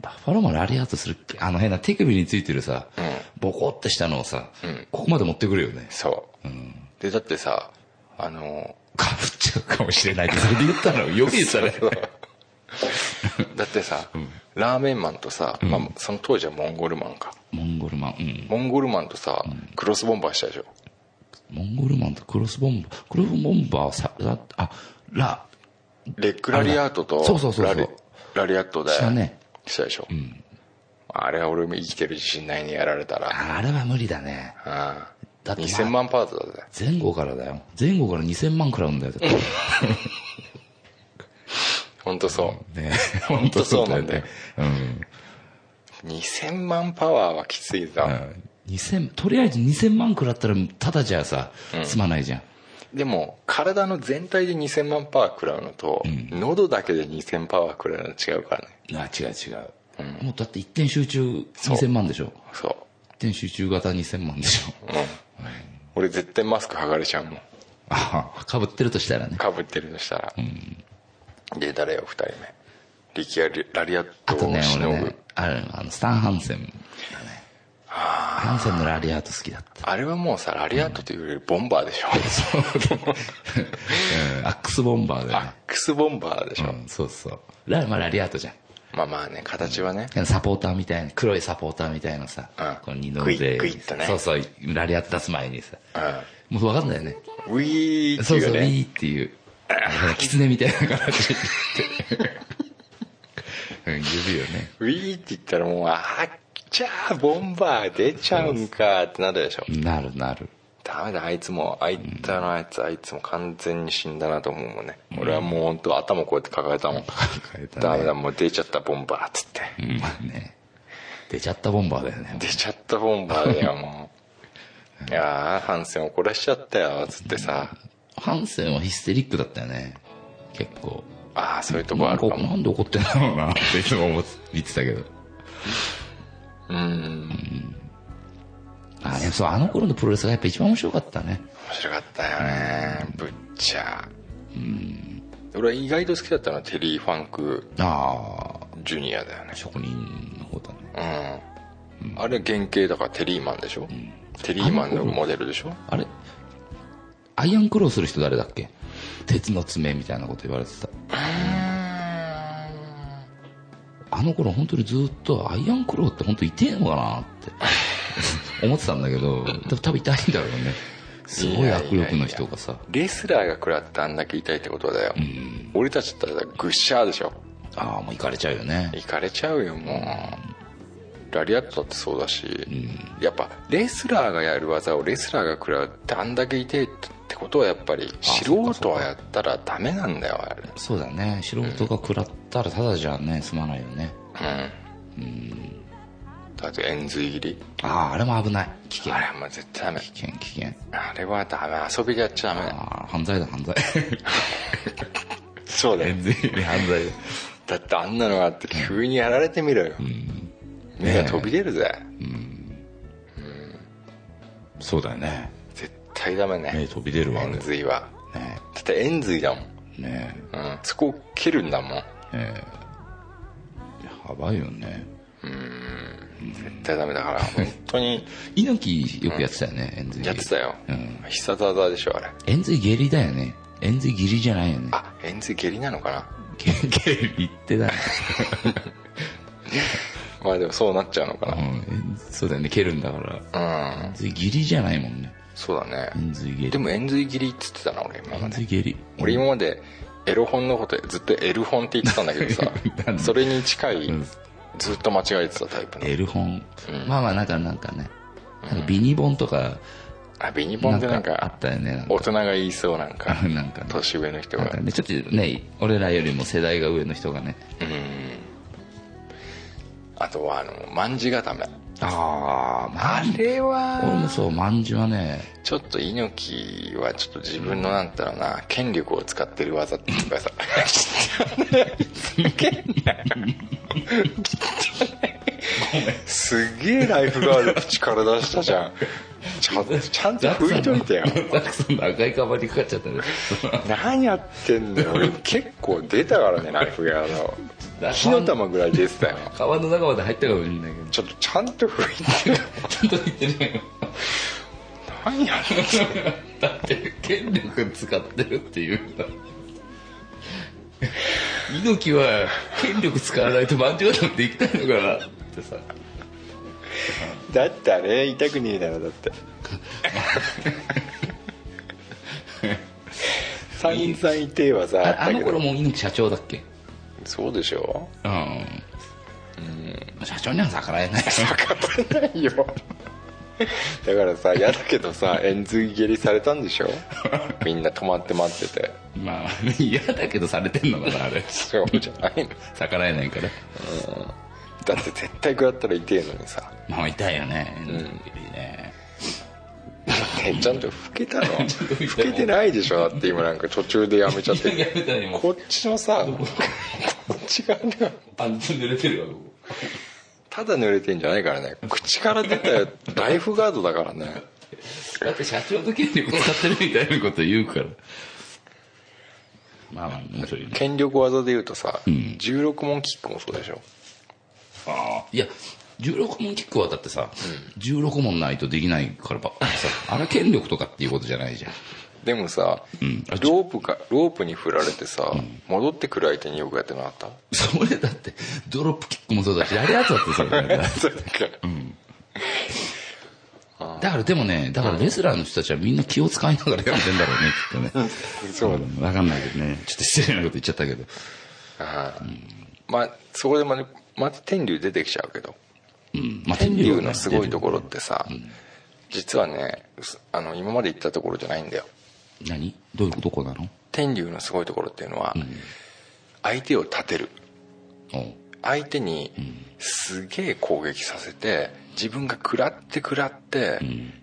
バッファローマンラリアートするっけあの変な手首についてるさ、
うん
ボコってしたのをさ、
ん
ここまで持ってくるよね。
そう、
ん
でだってさあの
かぶっちゃうかもしれ ないって、それで言ったのよく言ったね。
だってさ、ラーメンマンとさ、まあ、その当時はモンゴルマンか
モンゴルマン、うん。
モンゴルマンとさ、クロスボンバーしたでしょ
モンゴルマンとクロスボンバー、クロスボンバーはさ、だあ、ラ、
レックラリアートと
あれだそうそうそうそ
ラ
う
リラリアットで
したね
したでしょ、あれは俺も生きてる自信ないにやられたら、
ああれは無理だね。
うん
だってまあ
2000万パートだぜ
前後からだよ。前後から2000万食らうんだよ。だって
本当そう
ね
本当そうなんだよ。
うん。
2000万パワーはきついぞ、
2000、とりあえず2000万食らったら、ただじゃさ、すまないじゃん。
でも体の全体で2000万パワー食らうのと、喉だけで2000パワー食らうの違うからね
あ、違う違う。もうだって一点集中2000万でしょ。
そ
一点集中型2000万でしょ。
う、うん、俺絶対マスク剥がれちゃうもん
あはかぶってるとしたらね。
かぶってるとしたら、で誰よ2人目力やラリアッ
あ
ト
と
を
ね、
しの
俺
ぐ、
ね、あれ、あの、スタンハンセン。ハンセンのラリアート好きだった。
あれはもうさラリアットというよりボンバーでしょ、
うん、アックスボンバーだ
ア
よ
ックスボンバーでしょ、
ね。うん、そうそう。ラ、まあ、ラリアートじゃん。
まあまあね形はね、
サポーターみたいな、黒いサポーターみたいなさ、
うん
この二の
グイ
腕
ッグイッとね
そうそう、ラリアット出す前にさ、
う
もう分かんないよね。
ん、ウィーって
そう
い
そうう、ウ
ね
ィーっていう、狐みたいな形で言って、うん、指をね。
ウィーって言ったらもうあっちゃーボンバー出ちゃうんかってなるでしょ
なるなる。
ダメだあいつもあいたのあいつあいつも完全に死んだなと思うもんね俺はもう本当頭こうやって抱えたもん
変えたね
ダメだもう出ちゃったボンバーっつって
うん、まあね。出ちゃったボンバーだよね。
出ちゃったボンバーだよもういやーハンセン怒らしちゃったよつってさ
ハンセンはヒステリックだったよね。結構。
ああそういうとこ
な
あ
ん
る
か
かも
なんで怒ってんだろうなっていつも思って言ってたけど。
うん面
あ、でもそう、あの頃のプロレスがやっぱ一番面白かったね。
白かったよねぶっちゃうん俺は意外と好きだったのはテリー・ファンク
ああ、
ジュニアだよね
職人の方だね。
うんあれ原型だからテリーマンでしょ、テリーマンのモデルでしょ
あれアイアンクローする人誰だっけ鉄の爪みたいなこと言われてた。あの頃本当にずっとアイアンクローって本当痛えのかなって 思ってたんだけど、でも多分痛いんだろうね。すごい握力の人がさ。
レスラーが食らってあんだけ痛いってことだよ、俺たちだったらグッシャーでしょ
ああ、もう行かれちゃうよね。
いかれちゃうよもうラリアットだってそうだし、やっぱレスラーがやる技をレスラーが食らうってあんだけ痛いってことはやっぱり素人はやったらダメなんだよあれ
そうだね。素人が食らったらただじゃね、済まないよね。
だって円髄切り
ああ、あれも危ない。危険
あれ。はもう絶対ダメ
危険、危険。
あれはダメ遊びでやっちゃダメ
ああ、犯罪だ、犯罪。
そうだよ
全然犯罪だ。
だってあんなのがあって急にやられてみろよ、目が飛び出るぜ、
そうだよね。
絶対ダメね
目飛び出る わあれ
円髄は
ね
だって円髄だもん、
え、ね
うん、そこを蹴るんだもん
え。やばいよね。
絶対ダメだから本 当に
猪木よくやってたよね、円髄
や
蹴り。
ってたよ、
うん
必殺技でしょあれ
円髄下痢だよね。円髄下痢じゃないよね。
あ円髄蹴りなのかな
下痢ってだ。
まあでもそうなっちゃうのか
うん
な
円髄そうだよね、蹴るんだから。
うん、
円髄下痢じゃないもんね。
そうだ
円
ね
髄下痢。
でも円髄切りって言ってたな俺今ま
円
で
髄下痢。
俺今までエロ本のことずっとエル本って言ってたんだけどさ
なんで
それに近い
うん
ずっと間違えてたタイプの
L 本。まあまあ、なんか、なんかね。なんかビニ本とか、
あビニポンってなん
あ
か
ったよね。なんか
大人が言いそうなんか
なんかね
年上の人
なん
が
かね、ちょっとね、俺らよりも世代が上の人がね。
あとはあの卍固め
ああ、
あ
俺
れ
も
は
そう、まんじゅはね、
ちょっと猪木はちょっと自分のなんだろうな権力を使ってる技っていうかさ すげえライフガード力出したじゃんちゃんちゃんと拭いといてよ
ザクソンの赤いカバンにかかっちゃったね。
何やってんだよ俺結構出たからねライフガー ド火の玉ぐらい出てたよ
カバンの中まで入ったかもしれないけど。
ちょっとちゃんと 拭いてよ
ちゃんと言ってねよ。
何やってんの
だって、権力使ってるっていう。猪木は権力使わないとまんじゅうできないのかなってさ。
だってあれ痛くねえだろだって散々痛えはさあ
あ
った
あ
け
の頃
ど
もう猪木社長だっけ
そうでしょ
うん。社長には逆らえない。
分かってないよだからさ嫌だけどさ円髄蹴りされたんでしょみんな止まって待ってて
まあ、嫌だけどされてんのかな、あれ。
そうじゃないの
逆らえないから。
だって絶対食らったら痛えのにさ
まあ、痛いよね。ね
ね ちゃんと老けたの老けてないでしょだって今なんか途中でやめちゃって
やめたよ今
こっちのさこっち側が
パンツ濡れてるわ、ここ
ただ濡れてんじゃないからね口から出たライフガードだからね
だって社長の権力使ってるみたいなこと言うから。まあまあ、面白いね。
権力技でいうとさ、16問キックもそうでしょ
ああ。いや、 16問キックはだってさ、16問ないとできないからばさあれは権力とかっていうことじゃないじゃん
でもさ、
んあ
ロープがロープに振られてさ、戻ってくる相手によくやってなかった
それだってドロップキックもそうだしあれやつだってそれだから
そうだから
だからでもねだからレスラーの人たちはみんな気を使いながらやってんだろうねきっとね
そうだ
分かんないけどねちょっと失礼なこと言っちゃったけど
あーまあそこでまたまた天竜出てきちゃうけど
うんまあ
天竜のすごいところってさ、実はねすあの今まで行ったところじゃないんだよ
何どういうことこなの
天竜のすごいところっていうのは、相手を立てる
おう
相手にすげえ攻撃させて自分が食らって食らって、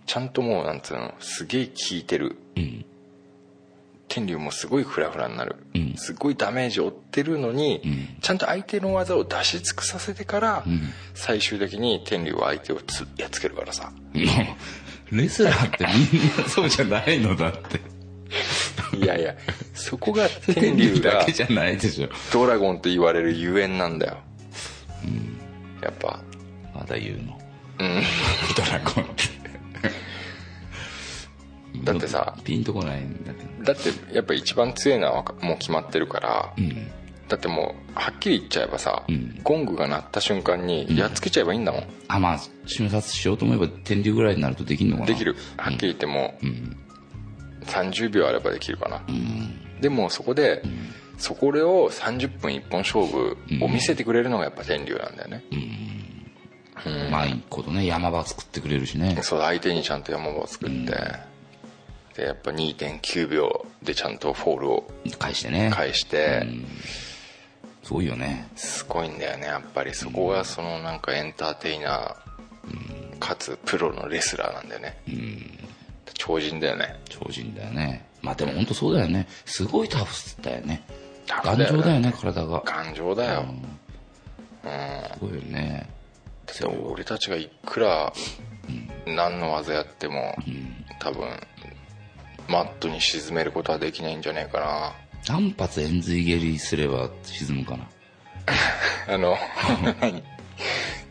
ちゃんともうなんつうのすげえ効いてる
うん
天竜もすごいフラフラになる、
うん
すごいダメージを負ってるのに、ちゃんと相手の技を出し尽くさせてから、最終的に天竜は相手をつやっつけるからさ
レスラーってみんなそうじゃないのだって
いやいやそこ が天
天
竜
竜だ
が
けじゃないでしょ
ドラゴンと言われるゆえんなんだよ、やっぱ
まだ言うの
うん
ドラゴンって
だってさ
ピンとこないんだけど
だってやっぱ一番強いのはわかもう決まってるから、
うん
だってもうはっきり言っちゃえばさ、
うん
ゴングが鳴った瞬間にやっつけちゃえばいいんだもん、
あまあ瞬殺しようと思えば天竜ぐらいになるとできるのかな
できるはっきり言ってもう、30秒あればできるかな、でもそこで、そこれを30分一本勝負を見せてくれるのがやっぱ天竜なんだよね、
まあいいことね山場作ってくれるしね
そう相手にちゃんと山場を作って、でやっぱ2.9秒でちゃんとフォールを
返してね
返して、
すごいよね
すごいんだよねやっぱりそこがそのなんかエンターテイナーかつプロのレスラーなんだよね、超人だよね
超人だよねまあでも本当そうだよねすごいタフだよね
タ
頑
フだよね
丈だよね体が
頑丈だよ、
すごいよね
だって俺たちがいくら何の技やっても多分マットに沈めることはできないんじゃないか
何発円髄蹴りすれば沈むかな
なあの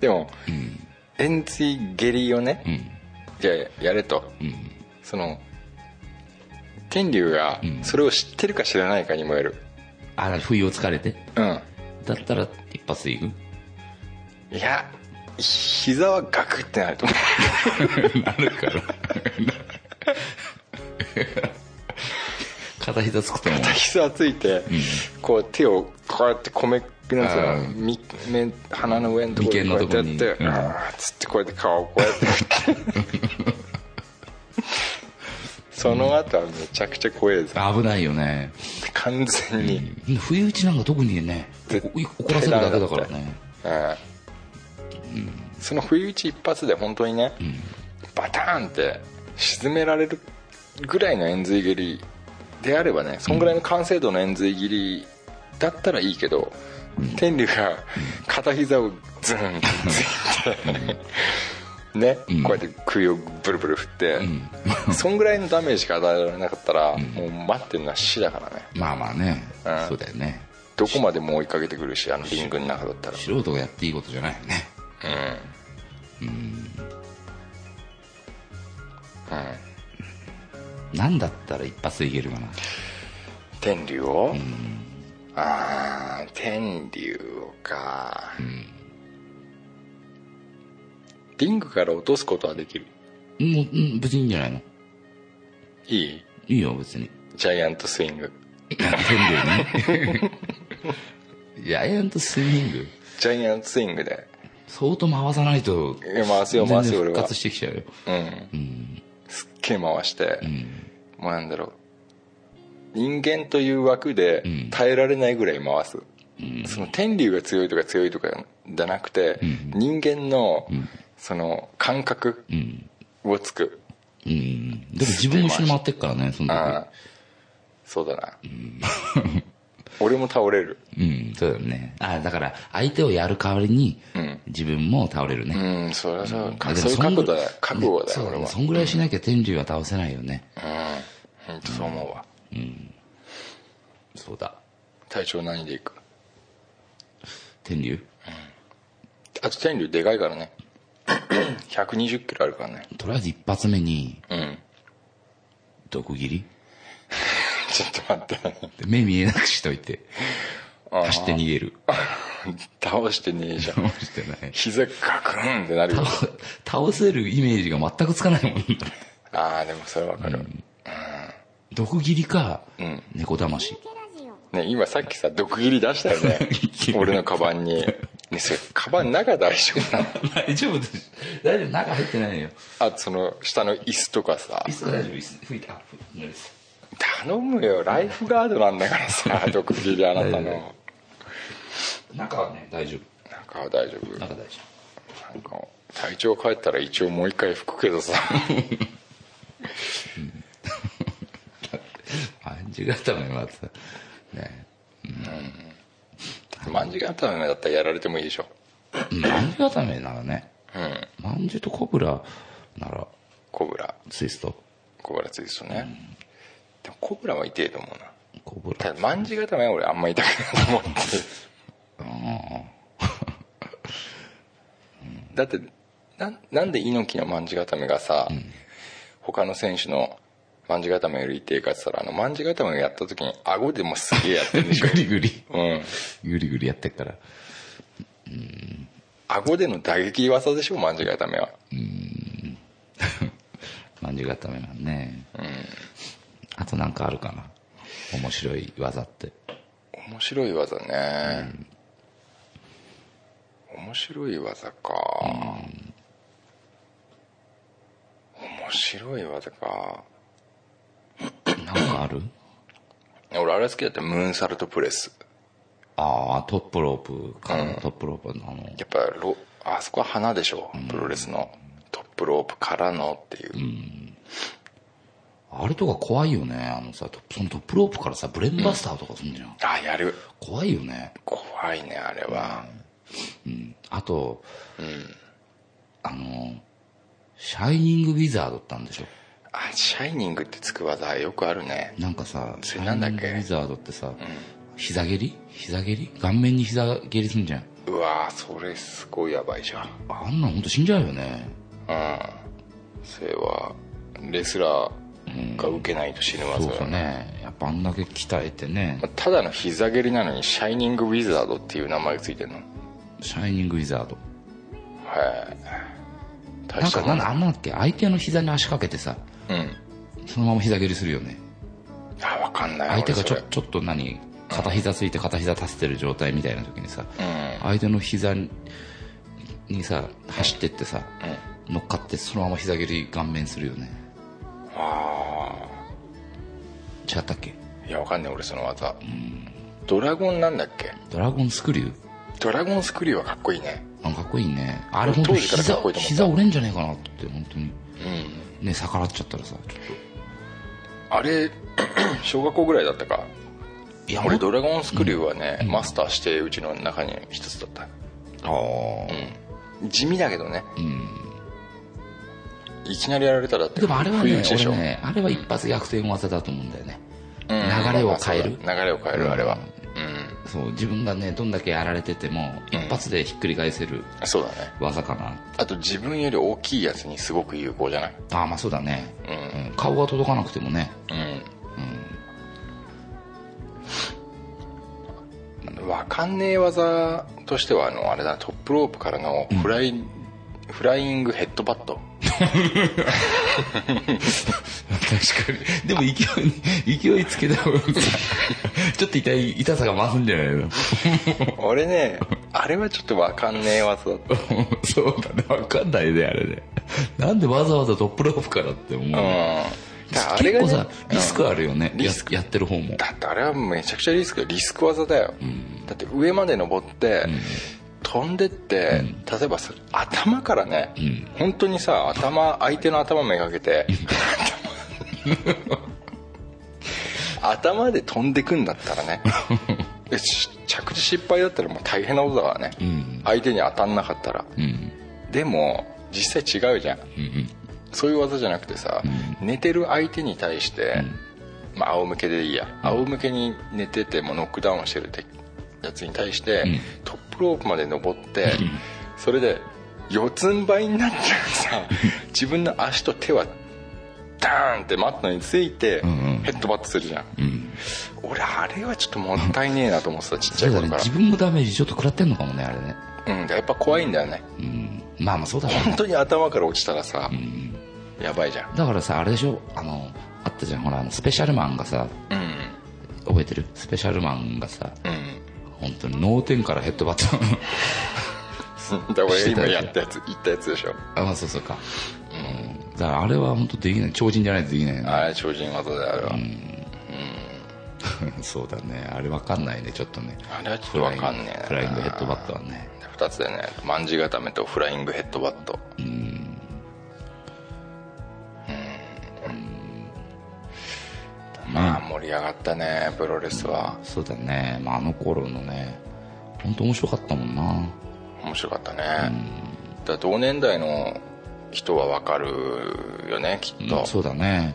でも円錐蹴りをねじゃあやれとその天竜がそれを知ってるか知らないかにもよる
あら不意をつかれて
うん
だったら一発でいく
いや膝はガクってなると 思う
なるから片膝つくとも
膝ついて、こう手をこうやって米なんつう
あ
の
ー
み目鼻の上のところ
眉間の
こうやってや
と
っ
こ
て、
にうん
あーっつってこうやって顔をこうやって その後はめちゃくちゃ怖えぞ
危ないよね
完全に、
不意打ちなんか特にね
絶
怒怒らせるだけだからね
うんその不意打ち一発で本当にね、バターンって沈められるぐらいの円髄蹴りであればねそんぐらいの完成度の円髄蹴りだったらいいけど、天竜が片膝をズーンって ついてね、こうやって首をブルブル振って、そんぐ らいのダメージが与えられなかったら、もう待ってるのは死だからね
まあまあね
うん
そうだよね
どこまでも追いかけてくるしあのリングの中だったら
素人がやっていいことじゃないよね
うん、うん
何だったら一発でいけるかな
天竜を、ああ天竜をか、リングから落とすことはできる
もううん別にいいんじゃないの
いい
いいよ別に
ジャイアントスイング
天竜ねジャイアントスイング
ジャイアントスイングで
相当回さないと
いや回すよ回
全
すよ
然
俺
復
は
活してきちゃうよ
うん
うん
すっげえ回して、
うん
もうなんだろう人間という枠
う
で
ん
耐えられないぐらい回す、
うん
その天竜が強いとか強いとかじゃなくて、人間の、その感覚
うん
をつく、
うんでも自分も一緒に回ってっからねそ
あ
の
あそうだな、俺も倒れる
時うんそうだよねあだから相手をやる代わりに
うん
自分も倒れるね
うんそれはそう
あ
か
で
そ
も
ういう
ぐ
ん覚悟だよ覚悟だ
そう
よ俺
ね
は
そんぐらいしなきゃ天竜は倒せないよね
うん本当そう思うわ
そうだ
体調何でいく
天竜
あと天竜でかい からね120キロあるからね
とりあえず一発目に
うん
毒斬り
ちょっと待って
で目見えなくしといて走って逃げる
倒してねえじゃん
倒してない
膝ガクンってなるよ
倒倒せるイメージが全くつかないもんだ
ああでもそれわかる、
毒斬りか、
ん
猫だまし
ね今さっきさ毒斬り出したよね 俺のカバンに ねそれカバン中大丈夫なの
大丈夫です大丈夫中入ってないよ
あとその下の椅子とかさ
椅子は大丈夫椅子拭いてあ拭いて
頼むよライフガードなんだからさ毒斬りあなた
大丈
の
中はね大丈夫
中は大丈夫なん
中
か
大丈
体調帰ったら一応もう一回拭くけど さ
夫感じがためまたね
まんじゅう固めだったらやられてもいいでしょ
まんじゅう固めならね
うん
まんじゅうとコブラなら
コブラ
ツイスト
コブラツイストね、でもコブラは痛えと思うな
コブ
た
ラ
だまんじゅう固めは俺あんま痛くないと思ってだってなんなんで猪木のまんじゅう固めがさ、他の選手のまんじゅう固めより痛いかって言ったらあのまんじゅう固めをやった時に顎でもすげえやってる でしょ
グリグリ
うん
グリグリやってっから
顎での打撃技でしょまんじゅう固めは
まんじゅう固めなんねあとなんかあるかな面白い技って
面白い技ね、面白い技か、面白い技か
なんかある
俺あれ好きだったムーンサルトプレス
ああトップロープか、トップロープのあの
やっぱロあそこは花でしょプロレスのトップロープからのっていう、
あれとか怖いよね。あのさ、トップそのトップロープからさ、ブレンバスターとかすんじゃん。
あやる
怖いよね。
怖いねあれは、
あと、あの、シャイニングウィザードったんでしょ。
あシャイニングってつく技よくあるね
なんかさ、
それなんだっけ
シャイニングウィザードってさ、膝蹴り膝蹴り顔面に膝蹴りすんじゃん。
うわーそれすごいやばいじゃん
あんなのほんと死んじゃうよね。
うんそれはレスラーが受けないと死ぬ技
そう
だ
そう
よね、
ね。やっぱあんだけ鍛えてね
ま、あただの膝蹴りなのにシャイニングウィザードっていう名前がついてるの
シャイニングウィザード。
はい大
なん
した
か、な
も
ん
ん
だ、あんなだっけ相手の膝に足かけてさ、
うん
そのまま膝蹴りするよね。
あ分かんない
相手が
俺
ち
そ
ょ
れ
ちょっと何片膝ついて片膝立ててる状態みたいな時にさ、相手の膝ににさ走ってってさ、乗っかってそのまま膝蹴り顔面するよね違ったっけ
いや分かんない俺その技ドラゴンなんだっけ
ドラゴンスクリュー
ドラゴンスクリューはかっこいいね
あかっこいいねあれ本当
当時からか
膝
っこいいと思った
膝折れんじゃねえかなって本当にね逆らっちゃったらさちょっ
あれ 小学校ぐらいだったか
といや
俺
もっ
ドラゴンスクリューはね、マスターしてうちの中に一つだった
あー
地味だけどね、いきなりやられたらだって
でもあれは
不意打
ね
ちで
俺
しょ、
ねあれは一発逆転技だと思うんだよね、
うん
流れを変える
まあそうだ流れを変えるあれは
そう自分がねどんだけやられてても一発でひっくり返せる
うんそうだね
技かな
あと自分より大きいやつにすごく有効じゃない
ああまあそうだね、うん顔が届かなくてもね
うんわかんねえ技としてはあのあれだなトップロープからのフライ、フライングヘッドバット
確かに でも勢い勢いつけた方が さちょっと痛い痛さが増すんじゃないの
俺ねあれはちょっとわかんねえ技だった
そうだね分かんないねあれねなんでわざわざトップロープからって思う、
うんだからあれ
結
がね
構さリスクあるよね、
うんリスク
ややってる方も
だってあれはめちゃくちゃリスクリスク技だよ、だって上まで登って、飛んでって、例えばそ頭からね、本当にさ頭相手の頭めがけて 頭で飛んでくんだったら ねえし着地失敗だったらもう大変なことだからね、相手に当たんなかったら、でも実際違うじゃん、そういう技じゃなくてさ、寝てる相手に対して、まあ、仰向けでいいや仰向けに寝ててもノックダウンしてるってやつに対して、トップロープまで登って、それで四つん這いになってさ 自分の足と手はダーンってマットについて
うんうん
ヘッドバットするじゃん、
うん
俺あれはちょっともったいねえなと思ってたちっち
そ
ゃいう
だ
頃
ね
か
自分もダメージちょっと食らってんのかもねあれね
ら、うん、やっぱ怖いんだよね
うんまあまあそうだろう
本
ね
当に頭から落ちたらさ、やばいじゃん
だからさあれでしょあのあったじゃんほらあのスペシャルマンがさ
うん
覚えてるスペシャルマンがさ
うん
本当に脳天からヘッドバット
だから俺今やったやつ言ったやつでしょ
あまあそうそうかうんだからあれは本当できない超人じゃないとできないよね
あれ超人技だよあれは、
そうだねあれわかんないねちょっとね
あれはちょっとわかんねえな
フライングヘッドバットはね
2つでね卍固めとフライングヘッドバットうんまあ盛り上がったねプロレスは
そうだね、まあ、あの頃のね本当面白かったもんな
面白かったね、だ同年代の人はわかるよねきっと、
そうだね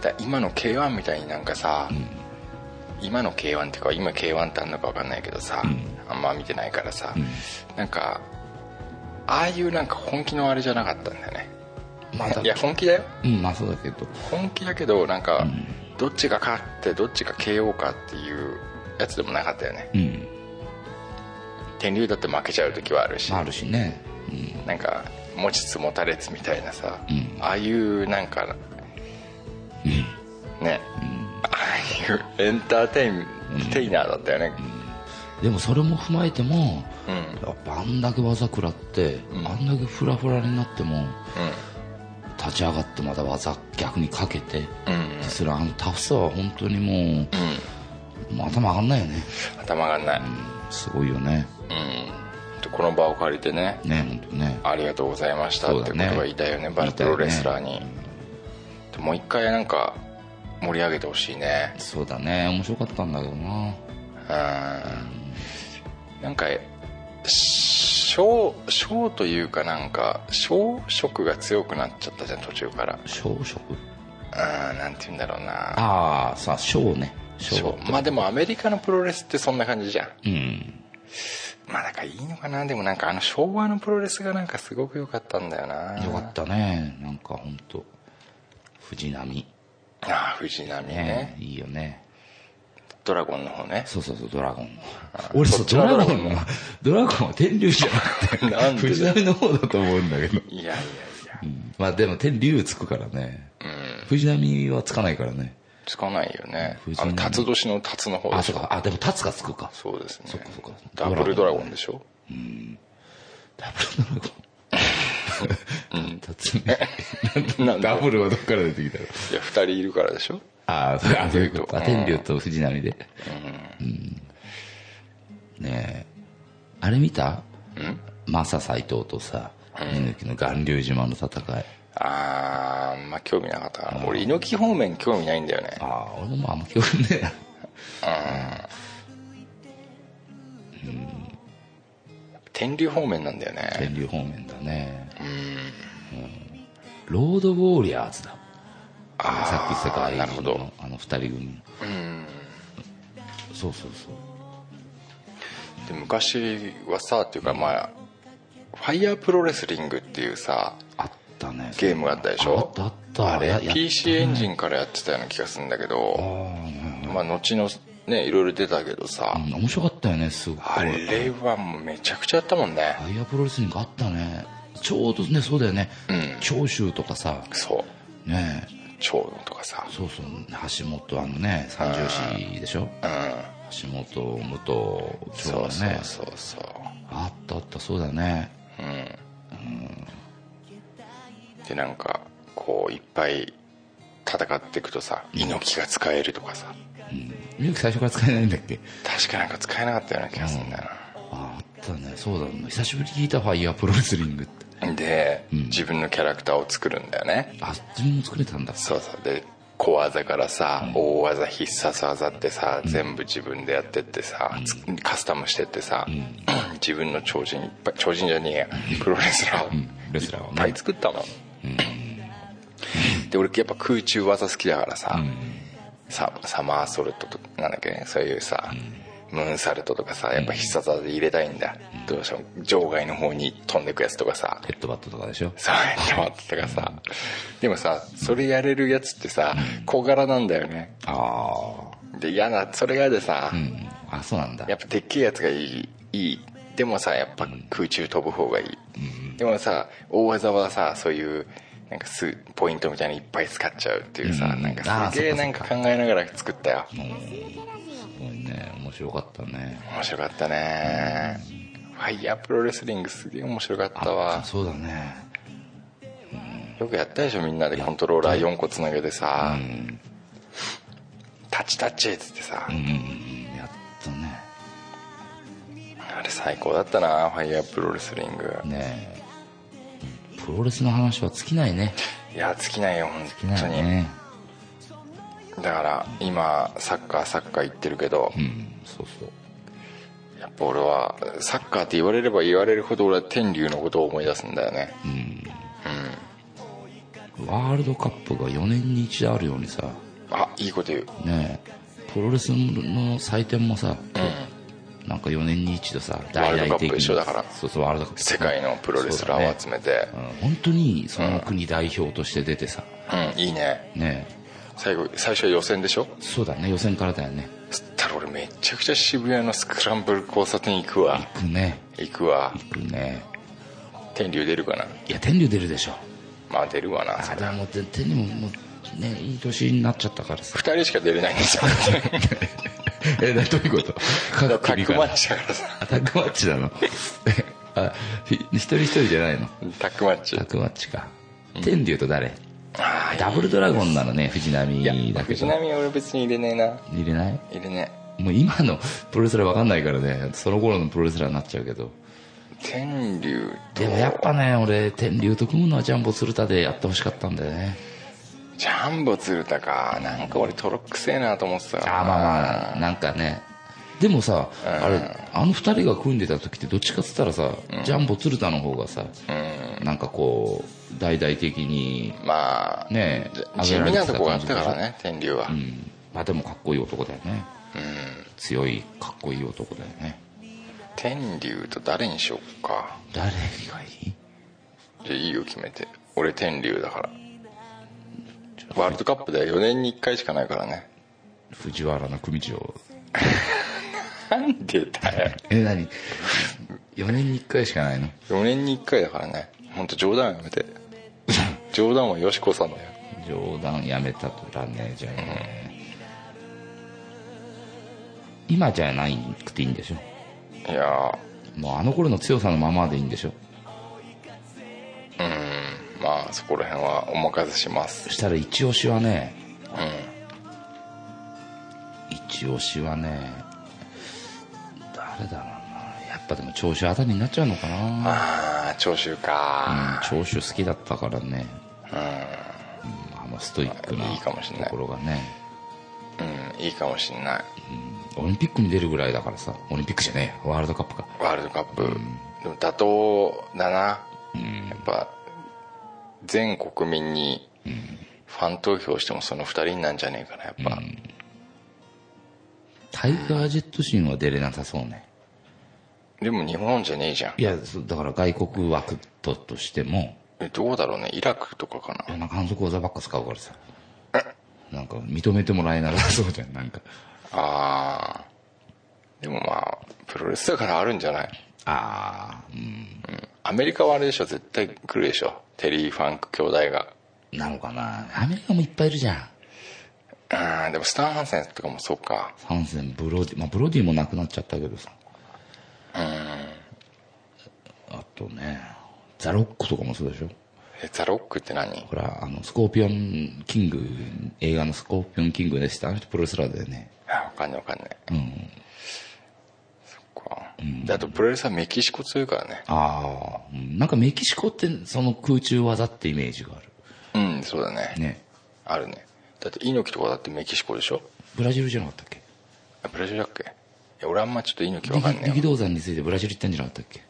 だ今の k 1みたいになんかさ、今の k 1っていうか今 k 1ってあんのか分かんないけどさ、あんま見てないからさ、なんかああいうなんか本気のあれじゃなかったんだよね、
まあだ
いや本気だよ
うんまあそうだけど
本気だけどなんか、どっちが勝ってどっちが KO かっていうやつでもなかったよね
うん
天竜だって負けちゃう時はあるし、
まああるしね
なんか持ちつ持たれつみたいなさ、
ん
ああいうなんか、ね、ああいうエンターテインテイナーだったよね
でもそれも踏まえても
うん、
やっぱあんだけ技食らって、
ん
あんだけフラフラになっても立ち上がってまた技逆にかけて、
うん
それあのタフさは本当にも
うん
うもう頭上がんないよね
頭がない、
すごいよね
うん、この場を借りてね
ね本当ね
ありがとうございましたってことが言いたいよねバルプロレスラーに、でもう一回なんか盛り上げてほしいね
そうだね面白かったんだけどな
うんなんか小小というかなんか小色が強くなっちゃったじゃん途中から
小食
うんなんて言うんだろうな
ああさあ小ね
小
小
まあでもアメリカのプロレスってそんな感じじゃん
うん
まあだからいいのかなでもなんかあの昭和のプロレスがなんかすごく良かったんだよな
よかったねなんか本当藤波
ああ藤波ね
ねいいよね
ドラゴンの方ね
そうそうそうドラゴン俺
そ
さ
っち
ド
のド
ラ
ラゴ
ゴ
ン
ンはドラゴンは天竜じゃなくて
なんでだよ
藤波の方だと思うんだけど
いやいやいや
まあでも天竜つくからね
うん
藤波はつかないからね
つかないよね
藤
あ
波
の辰年の辰の方
あ
で
そう
し
か
ょ
あでも立つがつくか
そうですね
そっかそっか
ダブルドラゴンでしょ
ダブルドラゴン立 つね
なんだ
ダ
ろう
ブルはどっから出てきたの
いや2人いるからでしょ
ああ、そうあそういうこと。あ天竜と藤波で。うん。ねえ。あれ見たマサ斎藤とさ、猪木の巌流島の戦い。
あーまあ興味なかったな俺猪木方面興味ないんだよね
ああ、俺もあんま記憶ねえな。
天竜方面なんだよね
天竜方面だね。うん。ロードウォーリアーズだ。あさっき言ってた
なるほど
あの二人組。
うん
そうそうそう。
で昔はさっていうかまあファイヤープロレスリングっていうさ
あったね。
ゲームがあったでしょ
あったあった。
あれ
やや
PC エンジンからやってたような気がするんだけ
あ
ど
あ、
まあ後のねいろいろ出たけどさ
うん面白かったよね、すごい。
あれはもうめちゃくちゃやったもんね
ファイヤープロレスリングあったねちょうどねそうだよね、
うん
長州とかさ
そう
ね
長野とかさ
そうそう橋本あのね三条市でしょ
うん
橋本武藤
そ
長
う
だ
そう
ね
そうそう
あったあったそうだね
でなんかこういっぱい戦っていくとさ猪木が使えるとかさ
ミき最初から使えないんだっけ
確かなんか使えなかったような気がするんだよ
ああったねそうだね久しぶりに聞いたファイヤープロレスリングって
なで、
ん
自分のキャラクターを作るんだよね
あ自分も作れたんだ
そうそうで小技からさ、大技必殺技ってさ、全部自分でやってってさ、つカスタムしてってさ、 自分の超人いっぱい超人じゃねえやプロレスラーを、
レスラーを
いっぱい
ね
作ったもん、で俺やっぱ空中技好きだからさ、ササマーソルトとなんだっけねそういうさ、ムーンサルトとかさやっぱ必殺技で入れたいんだ、どうしよう場外の方に飛んでくやつとかさ
ヘッドバットとかでしょ
そうやって待ってたからさでもさそれやれるやつってさ小柄なんだよね
あ
で嫌なそれが嫌でさ、
あうんあそうなんだ
やっぱでっけえやつがいいいいでもさやっぱ空中飛ぶ方がいい、でもさ大技はさそういうなんかすポイントみたいにいっぱい使っちゃうっていうさ、
うん
なんかすげえ
あーそっかそっか
なんか考えながら作ったよ
すごいね面白かったね
面白かったねファイヤープロレスリングすげえ面白かった
あ
わ
そうだね
よくやったでしょみんなでコントローラー4個つなげてさ「タッチタッチ」っつってさ、
うんうんやっとね
あれ最高だったなファイヤープロレスリング
ねえプロレスの話は尽きないね
いや尽きないよ本
尽きな
当
い
に、
ね
だから今サッカーサッカー言ってるけど、
うんそうそう
やっぱ俺はサッカーって言われれば言われるほど俺は天竜のことを思い出すんだよね
ワールドカップが4年に一度あるようにさ
あいいこと言う
ねえプロレスの祭典もさ、なんか4年に一度さ
ワールドカップ
々に
一緒だから
そうそうワールドカップ
世界のプロレスラーを集めて
そうだねうん本当にその国代表として出てさ、
う,、んいいね
ねえ
最後最初は予選でしょ
そうだね予選からだよね
そったら俺めちゃくちゃ渋谷のスクランブル交差点行くわ
行くね
行くわ
行くね
天竜出るかない
や天竜出るでしょ
まあ出るわな
あれはもう天竜ももうねいい年になっちゃったからさ
2人しか出れないんですよ
えなどういうこと
だ
各
からタ
国
ック
か
マ
ら
ッチだからさ
あタックマッチなの あひ一人一人じゃないの
タックマッチ
タックマッチか天竜と誰
ああ
ダブルドラゴンなのね藤波だけ
藤
ど
波は俺別に入れねえな
入れない
入れねえ
もう今のプロレスラーわかんないからねその頃のプロレスラーになっちゃうけど
天竜と
でもやっぱね俺天竜と組むのはジャンボ鶴田でやってほしかったんだよね
ジャンボ鶴田かなんか俺トロックせえなと思ってたから
あまあまあなんかねでもさあれあの二人が組んでた時ってどっちかっつったらさ、ジャンボ鶴田の方がさ、なんかこう大々的に
まあ
ねえ
地味なとこが
感
あっ
じ
たからね天竜は、
うんまあでもかっこいい男だよね強いかっこいい男だよね
天竜と誰にしよっか
誰がいい
じゃあいいよ決めて俺天竜だからワールドカップで4年に1回しかないからね
藤原の組長
なんでだよ
え何4年に1回しかないの
4年に1回だからね本当冗談はやめて 冗談はよしこさんだよ
冗談やめたとらねじゃあね、今じゃないくていいんでしょ
いや
もうあの頃の強さのままでいいんでしょ
ーまあそこら辺はお任せします
そしたら一押しはね
うん
一押しはね誰だろうなやっぱでも長州あたりになっちゃうのかな
ああ長州
うん
か、
長州好きだったからねうんあのストイックない
いかもしんな
と
い
ころがね
うん、いいかもしんない
オリンピックに出るぐらいだからさオリンピックじゃねえワールドカップか
ワールドカップ、でも妥当だな、やっぱ全国民にファン投票してもその2人になんじゃねえかなやっぱ、
タイガー・ジェットシンは出れなさそうね
でも日本じゃねえじゃん
いやそうだから外国枠ととしても
えどうだろうねイラクとかか
いや
な
なんか反則技ばっか使うからさなんか認めてもらえなさそうじゃんなんか
あーでもまあプロレスだからあるんじゃない
ああうん
アメリカはあれでしょ絶対来るでしょテリー・ファンク兄弟が
なのかなアメリカもいっぱいいるじゃん
うんでもスタン・ハンセンとかもそうか
参戦ブロディまあブロディもなくなっちゃったけどさうんあとねザ・ロックとかもそうでしょ
えザ・ロックって何
ほらあのスコーピオンキング映画のスコーピオンキングでしたあの人プロレスラーだよね
あわかんないわかんないそっか、であとプロレスはメキシコ強いからね
ああなんかメキシコってその空中技ってイメージがある
うんそうだね
ね
あるねだって猪木とかだってメキシコでしょ
ブラジルじゃなかったっけ
あブラジルだっけいや俺あんまちょっと猪木わかん
力
ねえ
力
よ
道山についてブラジル行ったんじゃなかったっけ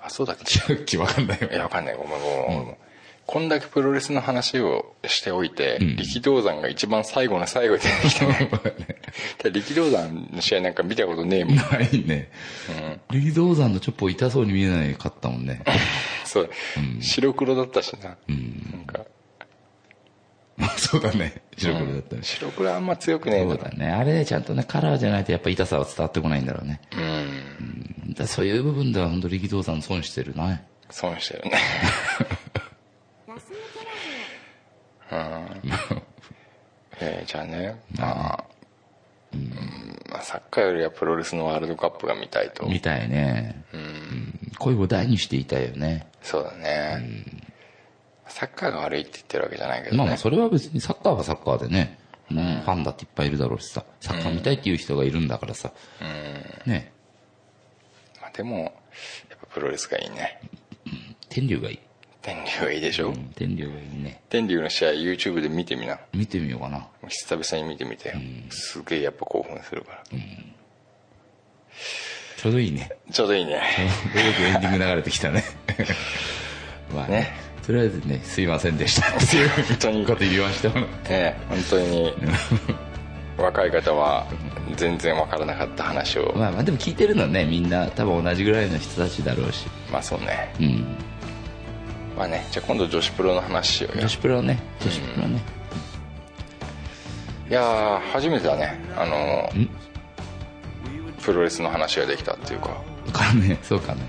あそうだっけ
違うっけわかんないよ
いやわかんないごめんごめん、俺もこんだけプロレスの話をしておいて、
うん
力道山が一番最後の最 後で出てきたねだから力道山の試合なんか見たことねえもん
ないね。力道山のチョップを痛そうに見えないかったもん ね。
そう、白黒だったしな,、なんか
そうだね。白黒だったね。
白黒あんま強くねえん
そう
だ
だね。あれ、ちゃんとね、カラーじゃないとやっぱ痛さは伝わってこないんだろうね。
うん
だからそういう部分では本当力道山損してるな。
損してるねうんえーじゃあねまあ、うんまあ、サッカーよりはプロレスのワールドカップが見たいと
みたいね。うん声を大にしていたいよね。
そうだね、サッカーが悪いって言ってるわけじゃないけどね、
まあまあそれは別にサッカーはサッカーでね、ファンだっていっぱいいるだろうしさ、サッカー見たいっていう人がいるんだからさ、ね、
まあでもやっぱプロレスがいいね
天竜がいい。
天竜はいいでしょ、
うん天竜がいいね。
天竜の試合 YouTube で見てみな
見てみようかな。
久々に見てみてよ、すげえやっぱ興奮するから、
ちょうどいいね。
ちょうどいいね
よくエンディング流れてきた ね。まあね
ね
とりあえずね、すいませんでしたっていう
本当に
こと言いましたもん。
ね本当に若い方は全然わからなかった話を
まあまあでも聞いてるのはね、みんな多分同じぐらいの人たちだろうし。
まあそうね
うん。
まあねじゃあ今度女子プロの話しようよ
女子プロね、女子プロね。
いやー初めてだねあのープロレスの話ができたっていうか
だからね、そうかね。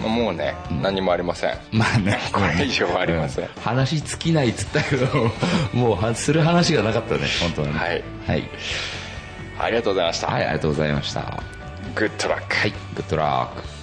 もうね何もありません
まあね、
これ以上はありません
う話尽きないっつったけど、もうはする話がなかったね、本当はね。
はい。
はい。
ありがとうございました
はい、ありがとうございました。は
グッドラック
い、グッドラック。